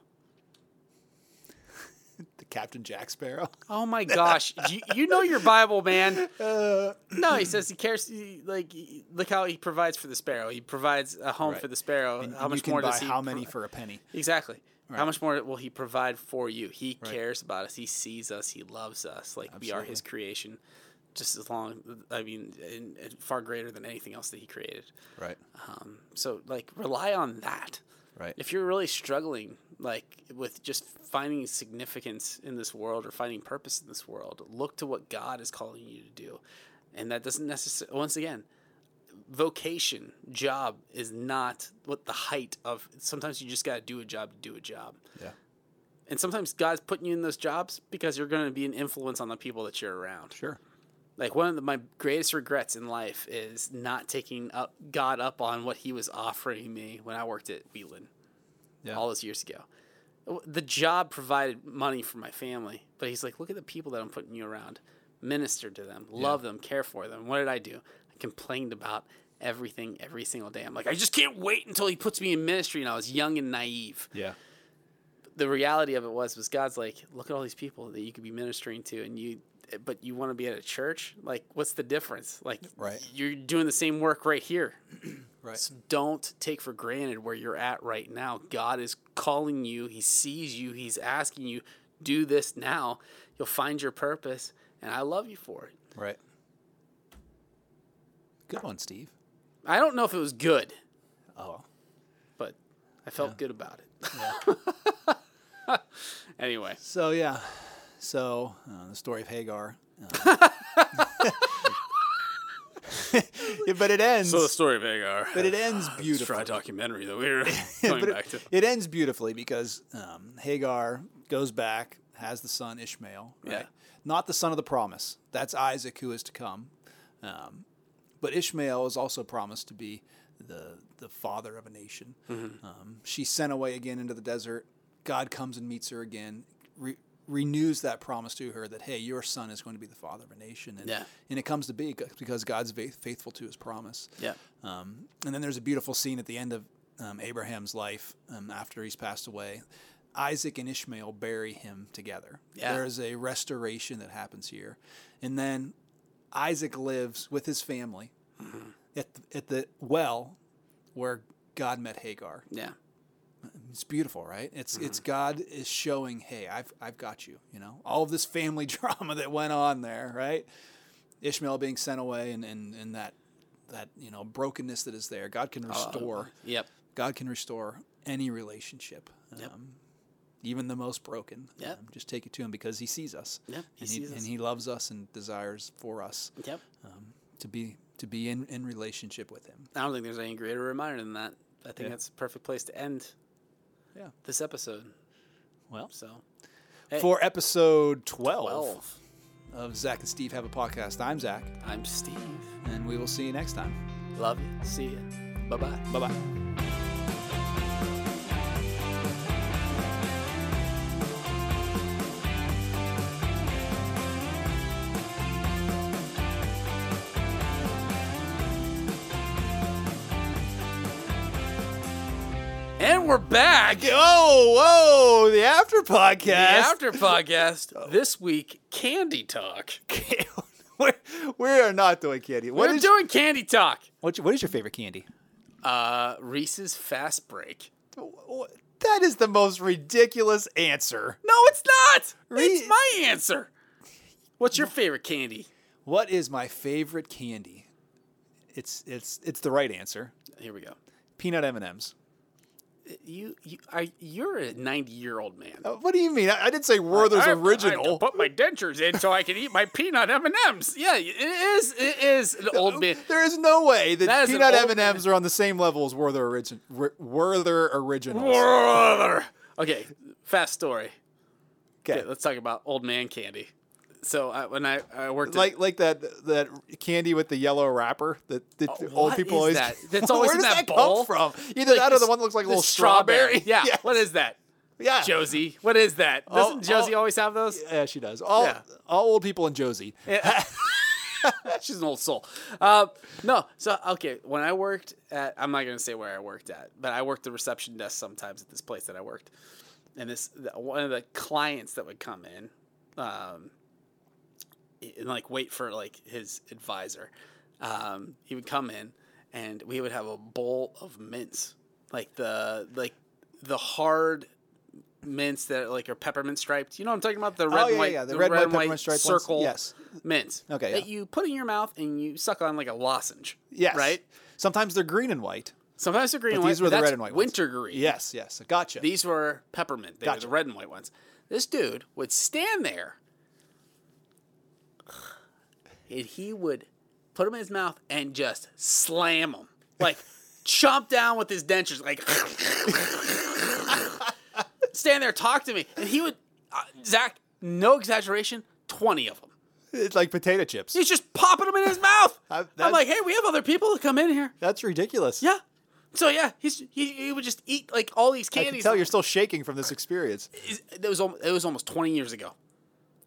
[SPEAKER 2] The Captain
[SPEAKER 1] [LAUGHS]
[SPEAKER 2] Jack Sparrow.
[SPEAKER 1] Oh my
[SPEAKER 2] [LAUGHS]
[SPEAKER 1] gosh, you, you know your Bible, man.
[SPEAKER 2] Uh,
[SPEAKER 1] No, he says he cares. He, like, he- look how he provides for the sparrow. He provides a home
[SPEAKER 2] Right.
[SPEAKER 1] for the sparrow.
[SPEAKER 2] and
[SPEAKER 1] how much
[SPEAKER 2] you can
[SPEAKER 1] more
[SPEAKER 2] buy
[SPEAKER 1] does he?
[SPEAKER 2] how many
[SPEAKER 1] pro-
[SPEAKER 2] for a penny?
[SPEAKER 1] exactly. How much more will he provide for you? He cares about us. He sees us. He loves us. Like we are his creation. Just as long, I mean, and, and far greater than anything else that he created.
[SPEAKER 2] Right.
[SPEAKER 1] Um, so like, rely on that.
[SPEAKER 2] Right.
[SPEAKER 1] If you're really struggling, like with just finding significance in this world or finding purpose in this world, look to what God is calling you to do, and that doesn't necessarily. Once again, vocation, job is not what the height of. Sometimes you just got to do a job to do a job,
[SPEAKER 2] yeah.
[SPEAKER 1] and sometimes God's putting you in those jobs because you're going to be an influence on the people that you're around
[SPEAKER 2] Sure.
[SPEAKER 1] like one of the, my greatest regrets in life is not taking up God up on what He was offering me when I worked at Wheatland,
[SPEAKER 2] Yeah.
[SPEAKER 1] all those years ago. The job provided money for my family, but he's like, look at the people that I'm putting you around. Minister to them, love them, care for them. What did I do? I complained about everything every single day. I'm like, I just can't wait until he puts me in ministry. And I was young and naive
[SPEAKER 2] Yeah.
[SPEAKER 1] the reality of it was was God's like, look at all these people that you could be ministering to, and you, but you want to be at a church. Like, what's the difference? Like,
[SPEAKER 2] Right.
[SPEAKER 1] you're doing the same work right here.
[SPEAKER 2] Right.
[SPEAKER 1] So don't take for granted where you're at right now. God is calling you. He sees you. He's asking you, do this now. You'll find your purpose, and I love you for it.
[SPEAKER 2] Right. Good one, Steve.
[SPEAKER 1] I don't know if it was good,
[SPEAKER 2] Oh.
[SPEAKER 1] but I felt good about it. [LAUGHS] anyway,
[SPEAKER 2] So yeah. So uh, the story of Hagar.
[SPEAKER 1] [LAUGHS]
[SPEAKER 2] uh, [LAUGHS] Yeah, but it ends.
[SPEAKER 1] story of Agar.
[SPEAKER 2] but
[SPEAKER 1] [SIGHS]
[SPEAKER 2] it ends beautifully.
[SPEAKER 1] Try documentary that we [LAUGHS] were
[SPEAKER 2] Yeah,
[SPEAKER 1] going
[SPEAKER 2] [LAUGHS] but
[SPEAKER 1] back to.
[SPEAKER 2] it, it ends beautifully because um, Hagar goes back, has the son Ishmael, right?
[SPEAKER 1] Yeah.
[SPEAKER 2] Not the son of the promise. That's Isaac who is to come. Um, but Ishmael is also promised to be the the father of a nation.
[SPEAKER 1] Mm-hmm.
[SPEAKER 2] Um, she's sent away again into the desert. God comes and meets her again. Re- renews that promise to her that hey your son is going to be the father of a nation and,
[SPEAKER 1] Yeah.
[SPEAKER 2] and it comes to be because god's faith, faithful to his promise
[SPEAKER 1] Yeah.
[SPEAKER 2] um, and then there's a beautiful scene at the end of um, Abraham's life um, after he's passed away. Isaac and Ishmael bury him together.
[SPEAKER 1] Yeah.
[SPEAKER 2] There is a restoration that happens here. And then Isaac lives with his family at, the, at the well where God met Hagar.
[SPEAKER 1] Yeah.
[SPEAKER 2] It's beautiful, right? It's it's
[SPEAKER 1] Mm-hmm.
[SPEAKER 2] God is showing, hey, I've I've got you. You know, all of this family [LAUGHS] drama that went on there, right? Ishmael being sent away, and and, and that that you know brokenness that is there. God
[SPEAKER 1] Oh,
[SPEAKER 2] can restore.
[SPEAKER 1] Yep.
[SPEAKER 2] God can restore any relationship, um, even the most broken.
[SPEAKER 1] Yep.
[SPEAKER 2] Um, just take it to Him because He sees us.
[SPEAKER 1] Yep, he
[SPEAKER 2] and
[SPEAKER 1] sees us.
[SPEAKER 2] and He loves us and desires for us
[SPEAKER 1] Yep.
[SPEAKER 2] um, to be to be in, in relationship with Him.
[SPEAKER 1] I don't think there's any greater reminder than that. I think that's a perfect place to end
[SPEAKER 2] Yeah.
[SPEAKER 1] this episode.
[SPEAKER 2] Well,
[SPEAKER 1] So
[SPEAKER 2] for episode 12
[SPEAKER 1] 12.
[SPEAKER 2] of Zach and Steve Have a Podcast, I'm Zach.
[SPEAKER 1] I'm Steve.
[SPEAKER 2] and we will see you next time.
[SPEAKER 1] Love you. See you. Bye bye.
[SPEAKER 2] Bye bye.
[SPEAKER 1] And we're back.
[SPEAKER 2] Oh, whoa, the after podcast.
[SPEAKER 1] The after [LAUGHS] podcast this week, candy talk.
[SPEAKER 2] [LAUGHS] we're, we are not doing candy. What
[SPEAKER 1] we're
[SPEAKER 2] is,
[SPEAKER 1] doing candy talk.
[SPEAKER 2] what, what is your favorite candy?
[SPEAKER 1] Uh, Reese's Fast Break.
[SPEAKER 2] That is the most ridiculous answer.
[SPEAKER 1] No, it's not.
[SPEAKER 2] Re-
[SPEAKER 1] it's my answer. What's your favorite candy?
[SPEAKER 2] What is my favorite candy? It's it's it's the right answer.
[SPEAKER 1] Here we go.
[SPEAKER 2] Peanut M&Ms.
[SPEAKER 1] You, you are you're a 90 year old man.
[SPEAKER 2] Uh, What do you mean? I, I didn't say Werther's
[SPEAKER 1] I- I- I
[SPEAKER 2] original.
[SPEAKER 1] put my dentures in so I can eat my peanut M and M's. Yeah, it is. It is an old man.
[SPEAKER 2] there is no way that,
[SPEAKER 1] That is an
[SPEAKER 2] peanut
[SPEAKER 1] old-
[SPEAKER 2] M&Ms are on the same level as Werther origin Wer- Werther originals.
[SPEAKER 1] Brother. Okay, fast story.
[SPEAKER 2] Okay.
[SPEAKER 1] Okay, let's talk about old man candy. So I, when I, I worked
[SPEAKER 2] Like like that that candy with the yellow wrapper that, that old
[SPEAKER 1] Oh, what
[SPEAKER 2] people
[SPEAKER 1] is
[SPEAKER 2] always [LAUGHS]
[SPEAKER 1] that? That's always
[SPEAKER 2] Where
[SPEAKER 1] in
[SPEAKER 2] does
[SPEAKER 1] that
[SPEAKER 2] that,
[SPEAKER 1] bowl?
[SPEAKER 2] come from? Either that or the one that looks like a
[SPEAKER 1] the
[SPEAKER 2] little strawberry. [LAUGHS]
[SPEAKER 1] Yeah.
[SPEAKER 2] Yes.
[SPEAKER 1] What is that,
[SPEAKER 2] yeah.
[SPEAKER 1] Josie? What is that? Doesn't
[SPEAKER 2] Oh,
[SPEAKER 1] Josie
[SPEAKER 2] oh.
[SPEAKER 1] always have those?
[SPEAKER 2] Yeah, she does. All
[SPEAKER 1] Yeah.
[SPEAKER 2] all old people and Josie.
[SPEAKER 1] [LAUGHS] She's an old soul. Uh, no, so okay. When I worked at, I'm not gonna say where I worked at, but I worked the reception desk sometimes at this place that I worked, and this the, one of the clients that would come in, um, and like wait for like his advisor. Um, he would come in, and we would have a bowl of mints, like the like the hard. Mints that like are peppermint striped. You know what I'm talking about? The red
[SPEAKER 2] Oh, yeah,
[SPEAKER 1] and white,
[SPEAKER 2] yeah, the red, white,
[SPEAKER 1] and white
[SPEAKER 2] peppermint striped ones.
[SPEAKER 1] circle
[SPEAKER 2] Yes.
[SPEAKER 1] mints.
[SPEAKER 2] Okay,
[SPEAKER 1] That
[SPEAKER 2] yeah.
[SPEAKER 1] you put in your mouth and you suck on like a lozenge.
[SPEAKER 2] Yes.
[SPEAKER 1] Right?
[SPEAKER 2] Sometimes they're green and white.
[SPEAKER 1] Sometimes they're green and white.
[SPEAKER 2] these were
[SPEAKER 1] but
[SPEAKER 2] the
[SPEAKER 1] that's
[SPEAKER 2] red and white ones.
[SPEAKER 1] Wintergreen.
[SPEAKER 2] Yes, yes. Gotcha.
[SPEAKER 1] These were peppermint. They were
[SPEAKER 2] Gotcha.
[SPEAKER 1] the red and white ones. This dude would stand there and he would put them in his mouth and just slam them.
[SPEAKER 2] [LAUGHS]
[SPEAKER 1] Like, chomp down with his dentures. Like, [LAUGHS] stand there, talk to me. And he would, uh, Zach, no exaggeration, 20 of them.
[SPEAKER 2] it's like potato chips.
[SPEAKER 1] He's just popping them in his
[SPEAKER 2] [LAUGHS]
[SPEAKER 1] mouth.
[SPEAKER 2] I-
[SPEAKER 1] I'm
[SPEAKER 2] that's-
[SPEAKER 1] like, hey, we have other people that come in here.
[SPEAKER 2] That's ridiculous.
[SPEAKER 1] Yeah. So yeah, he's he, he would just eat like all these
[SPEAKER 2] I
[SPEAKER 1] candies.
[SPEAKER 2] can tell you're still shaking from this experience.
[SPEAKER 1] Is- It was al- it was almost twenty years ago.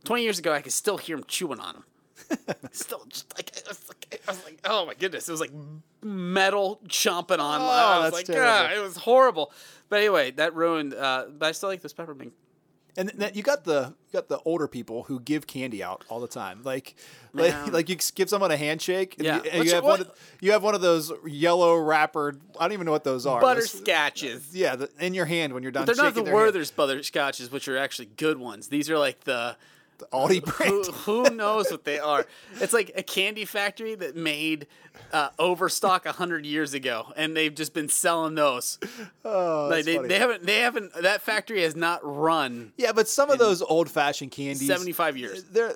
[SPEAKER 1] Twenty years ago, I could still hear him chewing on
[SPEAKER 2] [LAUGHS]
[SPEAKER 1] them. still, just like I was, like I was like, oh my goodness, it was like metal chomping on.
[SPEAKER 2] Oh,
[SPEAKER 1] I was
[SPEAKER 2] that's
[SPEAKER 1] like,
[SPEAKER 2] terrible.
[SPEAKER 1] "Ah," it was horrible. But anyway, that ruined. Uh, but I still like this peppermint.
[SPEAKER 2] And th- that you got the you got the older people who give candy out all the time. Like
[SPEAKER 1] Yeah.
[SPEAKER 2] like, [LAUGHS] like you give someone a handshake and
[SPEAKER 1] Yeah.
[SPEAKER 2] you, and
[SPEAKER 1] What's
[SPEAKER 2] you
[SPEAKER 1] your-
[SPEAKER 2] have
[SPEAKER 1] what-
[SPEAKER 2] one of, you have one of those yellow wrappered I don't even know what those are. Those-
[SPEAKER 1] Butterscotches.
[SPEAKER 2] yeah, the, in your hand when you're done
[SPEAKER 1] They're not the
[SPEAKER 2] shaking their hand.
[SPEAKER 1] Werther's butterscotches, which are actually good ones. These are like the
[SPEAKER 2] The Aldi
[SPEAKER 1] [LAUGHS] who,
[SPEAKER 2] brand.
[SPEAKER 1] who knows what they are? It's like a candy factory that made uh, Overstock a hundred years ago, and they've just been selling those.
[SPEAKER 2] Oh,
[SPEAKER 1] Like
[SPEAKER 2] that's
[SPEAKER 1] they,
[SPEAKER 2] funny.
[SPEAKER 1] they haven't they haven't that factory has not run.
[SPEAKER 2] Yeah, but some of those old fashioned candies
[SPEAKER 1] 75 years.
[SPEAKER 2] They're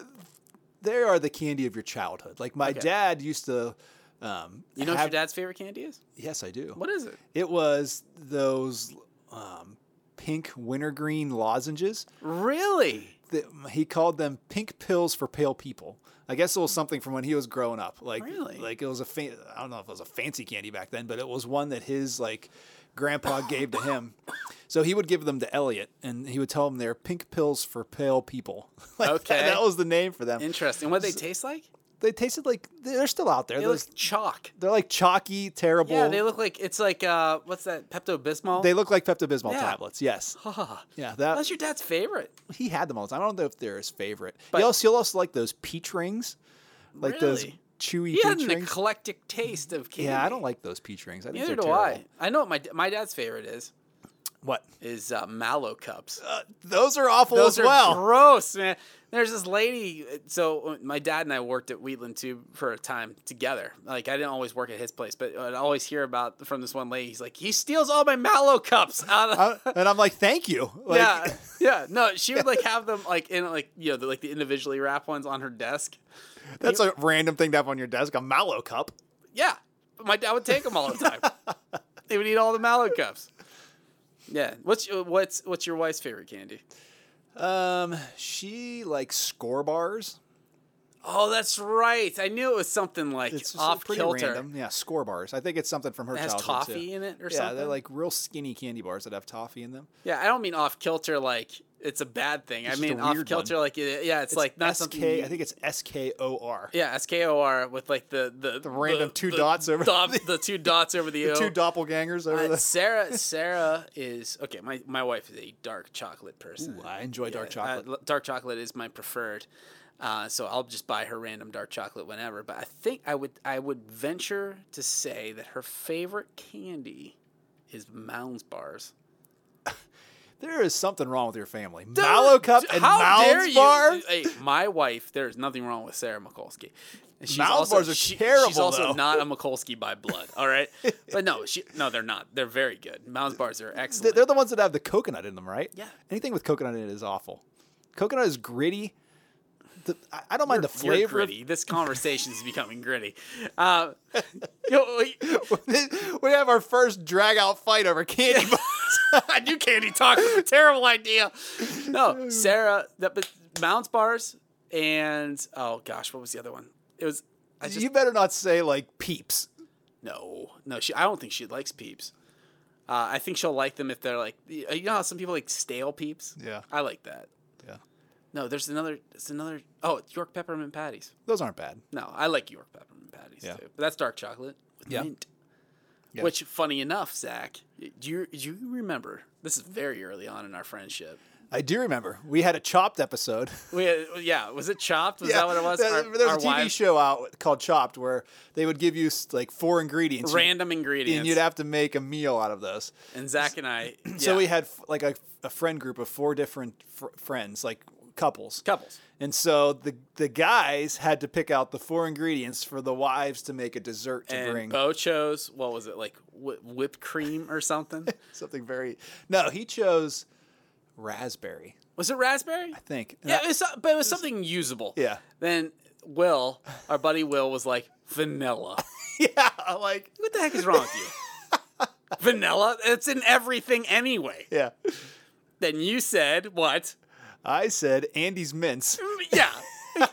[SPEAKER 2] they are the candy of your childhood. Like my dad used to um
[SPEAKER 1] You know what
[SPEAKER 2] have-
[SPEAKER 1] your dad's favorite candy is?
[SPEAKER 2] Yes, I do.
[SPEAKER 1] What is it?
[SPEAKER 2] It was those um pink wintergreen lozenges.
[SPEAKER 1] Really?
[SPEAKER 2] That he called them pink pills for pale people. I guess it was something from when he was growing up. Like
[SPEAKER 1] Really?
[SPEAKER 2] like it was a fa- I don't know if it was a fancy candy back then, but it was one that his like grandpa gave to him. So he would give them to Elliot and he would tell him they're pink pills for pale people. [LAUGHS] like
[SPEAKER 1] Okay.
[SPEAKER 2] That, that was the name for them.
[SPEAKER 1] Interesting. What do they taste like?
[SPEAKER 2] They tasted like they're still out there.
[SPEAKER 1] They
[SPEAKER 2] They're,
[SPEAKER 1] look chalk.
[SPEAKER 2] they're like chalky, terrible.
[SPEAKER 1] Yeah, they look like it's like uh, what's that Pepto Bismol?
[SPEAKER 2] They look like Pepto Bismol
[SPEAKER 1] Yeah.
[SPEAKER 2] tablets.
[SPEAKER 1] [LAUGHS]
[SPEAKER 2] Yes. yeah. That
[SPEAKER 1] That's your dad's favorite.
[SPEAKER 2] he had them all the time. I don't know if they're his favorite. But he also, he'll also like those peach rings, like those
[SPEAKER 1] Really?
[SPEAKER 2] chewy
[SPEAKER 1] He had
[SPEAKER 2] peach
[SPEAKER 1] an
[SPEAKER 2] rings.
[SPEAKER 1] eclectic taste of candy.
[SPEAKER 2] yeah, I don't like those peach rings. I think
[SPEAKER 1] Neither do
[SPEAKER 2] they're
[SPEAKER 1] I.
[SPEAKER 2] terrible.
[SPEAKER 1] I know what my my dad's favorite is
[SPEAKER 2] What?
[SPEAKER 1] is uh, mallow cups.
[SPEAKER 2] Uh, those are awful
[SPEAKER 1] Those are
[SPEAKER 2] as well.
[SPEAKER 1] gross, man. There's this lady. So uh, my dad and I worked at Wheatland too for a time together. Like I didn't always work at his place, but I'd always hear about from this one lady. He's like, he steals all my mallow cups out of.
[SPEAKER 2] I- [LAUGHS] and I'm like, thank you. Like,
[SPEAKER 1] [LAUGHS] yeah, yeah. No, she would like have them like in like you know the, like the individually wrapped ones on her desk.
[SPEAKER 2] [LAUGHS] that's a random thing to have on your desk. A mallow cup.
[SPEAKER 1] Yeah, but my dad would take them all the [LAUGHS] time. they would eat all the mallow cups. Yeah. What's your- what's what's your wife's favorite candy?
[SPEAKER 2] Um, she likes score bars.
[SPEAKER 1] Oh, that's right. I knew it was something like
[SPEAKER 2] It's just
[SPEAKER 1] off
[SPEAKER 2] pretty
[SPEAKER 1] kilter.
[SPEAKER 2] random. Yeah, score bars. I think it's something from her
[SPEAKER 1] It has
[SPEAKER 2] childhood too.
[SPEAKER 1] toffee in it or
[SPEAKER 2] yeah,
[SPEAKER 1] something.
[SPEAKER 2] they're like real skinny candy bars that have toffee in them.
[SPEAKER 1] yeah, I don't mean off kilter like it's a bad thing. I
[SPEAKER 2] just
[SPEAKER 1] mean,
[SPEAKER 2] a
[SPEAKER 1] off
[SPEAKER 2] weird
[SPEAKER 1] kilter, like it, yeah, it's, like not
[SPEAKER 2] SK,
[SPEAKER 1] something.
[SPEAKER 2] I
[SPEAKER 1] you-
[SPEAKER 2] think it's S K O R.
[SPEAKER 1] yeah, S K O R with like the the, the
[SPEAKER 2] random two dots over
[SPEAKER 1] dot- the, two dots over
[SPEAKER 2] [LAUGHS]
[SPEAKER 1] the, O.
[SPEAKER 2] Two doppelgangers over
[SPEAKER 1] Uh,
[SPEAKER 2] the. [LAUGHS]
[SPEAKER 1] Sarah Sarah is okay. My my wife is a dark chocolate person.
[SPEAKER 2] Ooh, I enjoy dark chocolate.
[SPEAKER 1] Uh, l- dark chocolate is my preferred. Uh, so I'll just buy her random dark chocolate whenever. But I think I would I would venture to say that her favorite candy is Mounds bars.
[SPEAKER 2] there is something wrong with your family.
[SPEAKER 1] [LAUGHS]
[SPEAKER 2] Mallow cup
[SPEAKER 1] Dude,
[SPEAKER 2] and
[SPEAKER 1] how dare
[SPEAKER 2] Mounds
[SPEAKER 1] you?
[SPEAKER 2] bar.
[SPEAKER 1] Hey, my wife, there is nothing wrong with Sarah Mikulski. And She's
[SPEAKER 2] Mounds
[SPEAKER 1] also,
[SPEAKER 2] bars are
[SPEAKER 1] she- She's
[SPEAKER 2] terrible,
[SPEAKER 1] also
[SPEAKER 2] though.
[SPEAKER 1] not a Mikulski by blood. All
[SPEAKER 2] [LAUGHS]
[SPEAKER 1] right, but no, she no, they're not. They're very good. Mounds bars are
[SPEAKER 2] Th-
[SPEAKER 1] excellent.
[SPEAKER 2] They're the ones that have the coconut in them, right?
[SPEAKER 1] Yeah.
[SPEAKER 2] Anything with coconut in it is awful. Coconut is gritty. The, I, I don't mind the
[SPEAKER 1] You're
[SPEAKER 2] flavor. of- [LAUGHS]
[SPEAKER 1] gritty. This conversation is becoming gritty. Uh, [LAUGHS] yo, [LAUGHS]
[SPEAKER 2] we have our first drag out fight over candy bars.
[SPEAKER 1] I knew candy talk was a terrible idea. No, Sarah, that, but Mounds bars and oh gosh, what was the other one? It was I just
[SPEAKER 2] you better not say like peeps.
[SPEAKER 1] no, no. She, I don't think she likes peeps. Uh, I think she'll like them if they're like you know how some people like stale peeps.
[SPEAKER 2] Yeah.
[SPEAKER 1] I like that.
[SPEAKER 2] Yeah.
[SPEAKER 1] No, there's another. There's another. Oh, it's York peppermint patties.
[SPEAKER 2] Those aren't bad.
[SPEAKER 1] No, I like York peppermint patties
[SPEAKER 2] Yeah.
[SPEAKER 1] too. But that's dark chocolate with
[SPEAKER 2] Yeah.
[SPEAKER 1] mint.
[SPEAKER 2] Yeah.
[SPEAKER 1] Which, funny enough, Zach, do you, do you remember? This is very early on in our friendship.
[SPEAKER 2] I do remember. We had a chopped episode.
[SPEAKER 1] We had, yeah, was it Chopped? Was that what it was?
[SPEAKER 2] There,
[SPEAKER 1] Our-
[SPEAKER 2] there was
[SPEAKER 1] our
[SPEAKER 2] a TV
[SPEAKER 1] wives-
[SPEAKER 2] show out called Chopped where they would give you s- like four ingredients.
[SPEAKER 1] Random ingredients.
[SPEAKER 2] and you'd have to make a meal out of those.
[SPEAKER 1] and Zach and I.
[SPEAKER 2] [CLEARS THROAT] So
[SPEAKER 1] yeah,
[SPEAKER 2] we had f- like a, a friend group of four different fr- friends, like couples.
[SPEAKER 1] couples.
[SPEAKER 2] And so the the guys had to pick out the four ingredients for the wives to make a dessert to
[SPEAKER 1] And
[SPEAKER 2] bring.
[SPEAKER 1] Bo chose, what was it, like whi- whipped cream or
[SPEAKER 2] [LAUGHS]
[SPEAKER 1] something?
[SPEAKER 2] Something very No, he chose raspberry,
[SPEAKER 1] was it raspberry?
[SPEAKER 2] I think. And
[SPEAKER 1] Yeah,
[SPEAKER 2] I-
[SPEAKER 1] it was, so- but it was something usable.
[SPEAKER 2] Yeah. [LAUGHS]
[SPEAKER 1] Then Will, our buddy Will, was like, vanilla.
[SPEAKER 2] yeah, like
[SPEAKER 1] What the heck is wrong with you? Vanilla? It's in everything anyway.
[SPEAKER 2] [LAUGHS] yeah.
[SPEAKER 1] Then you said, what? Mm,
[SPEAKER 2] I said Andy's mints.
[SPEAKER 1] Yeah.
[SPEAKER 2] [LAUGHS]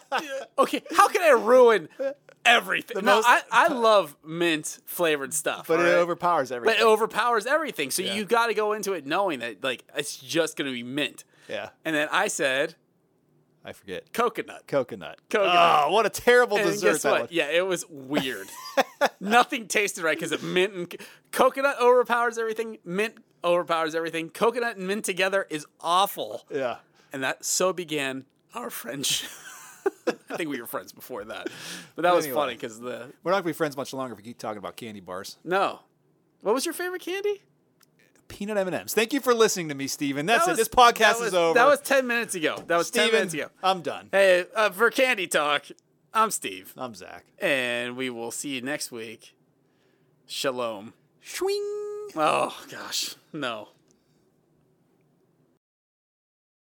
[SPEAKER 1] okay, how can I ruin everything? no,
[SPEAKER 2] most-
[SPEAKER 1] I, I love mint flavored stuff.
[SPEAKER 2] But it
[SPEAKER 1] all right?
[SPEAKER 2] overpowers
[SPEAKER 1] But
[SPEAKER 2] everything.
[SPEAKER 1] it overpowers everything. So
[SPEAKER 2] Yeah.
[SPEAKER 1] you got to go into it knowing that like it's just going to be mint.
[SPEAKER 2] yeah.
[SPEAKER 1] And then I said
[SPEAKER 2] I forget.
[SPEAKER 1] coconut.
[SPEAKER 2] Coconut.
[SPEAKER 1] Coconut.
[SPEAKER 2] Oh, what a terrible
[SPEAKER 1] And
[SPEAKER 2] dessert
[SPEAKER 1] guess
[SPEAKER 2] that
[SPEAKER 1] what?
[SPEAKER 2] was.
[SPEAKER 1] Yeah, it was
[SPEAKER 2] [LAUGHS]
[SPEAKER 1] weird. Nothing tasted right because of mint and c- coconut overpowers everything. Mint overpowers everything. Coconut and mint together is awful.
[SPEAKER 2] Yeah.
[SPEAKER 1] And that so began our friendship. [LAUGHS] I think we were friends before that, but that was
[SPEAKER 2] Anyway.
[SPEAKER 1] funny because the
[SPEAKER 2] We're not gonna be friends much longer if we keep talking about candy bars.
[SPEAKER 1] no. What was your favorite candy?
[SPEAKER 2] Peanut M and M's. Thank you for listening to me, Steven. That's
[SPEAKER 1] That
[SPEAKER 2] it.
[SPEAKER 1] was-
[SPEAKER 2] This
[SPEAKER 1] that
[SPEAKER 2] podcast
[SPEAKER 1] was-
[SPEAKER 2] is over.
[SPEAKER 1] That was ten minutes ago. That was ten minutes
[SPEAKER 2] Steven.
[SPEAKER 1] ago.
[SPEAKER 2] I'm done.
[SPEAKER 1] Hey, uh, for Candy Talk, I'm Steve,
[SPEAKER 2] I'm Zach.
[SPEAKER 1] and we will see you next week. Shalom.
[SPEAKER 2] Swing.
[SPEAKER 1] Oh, gosh. No.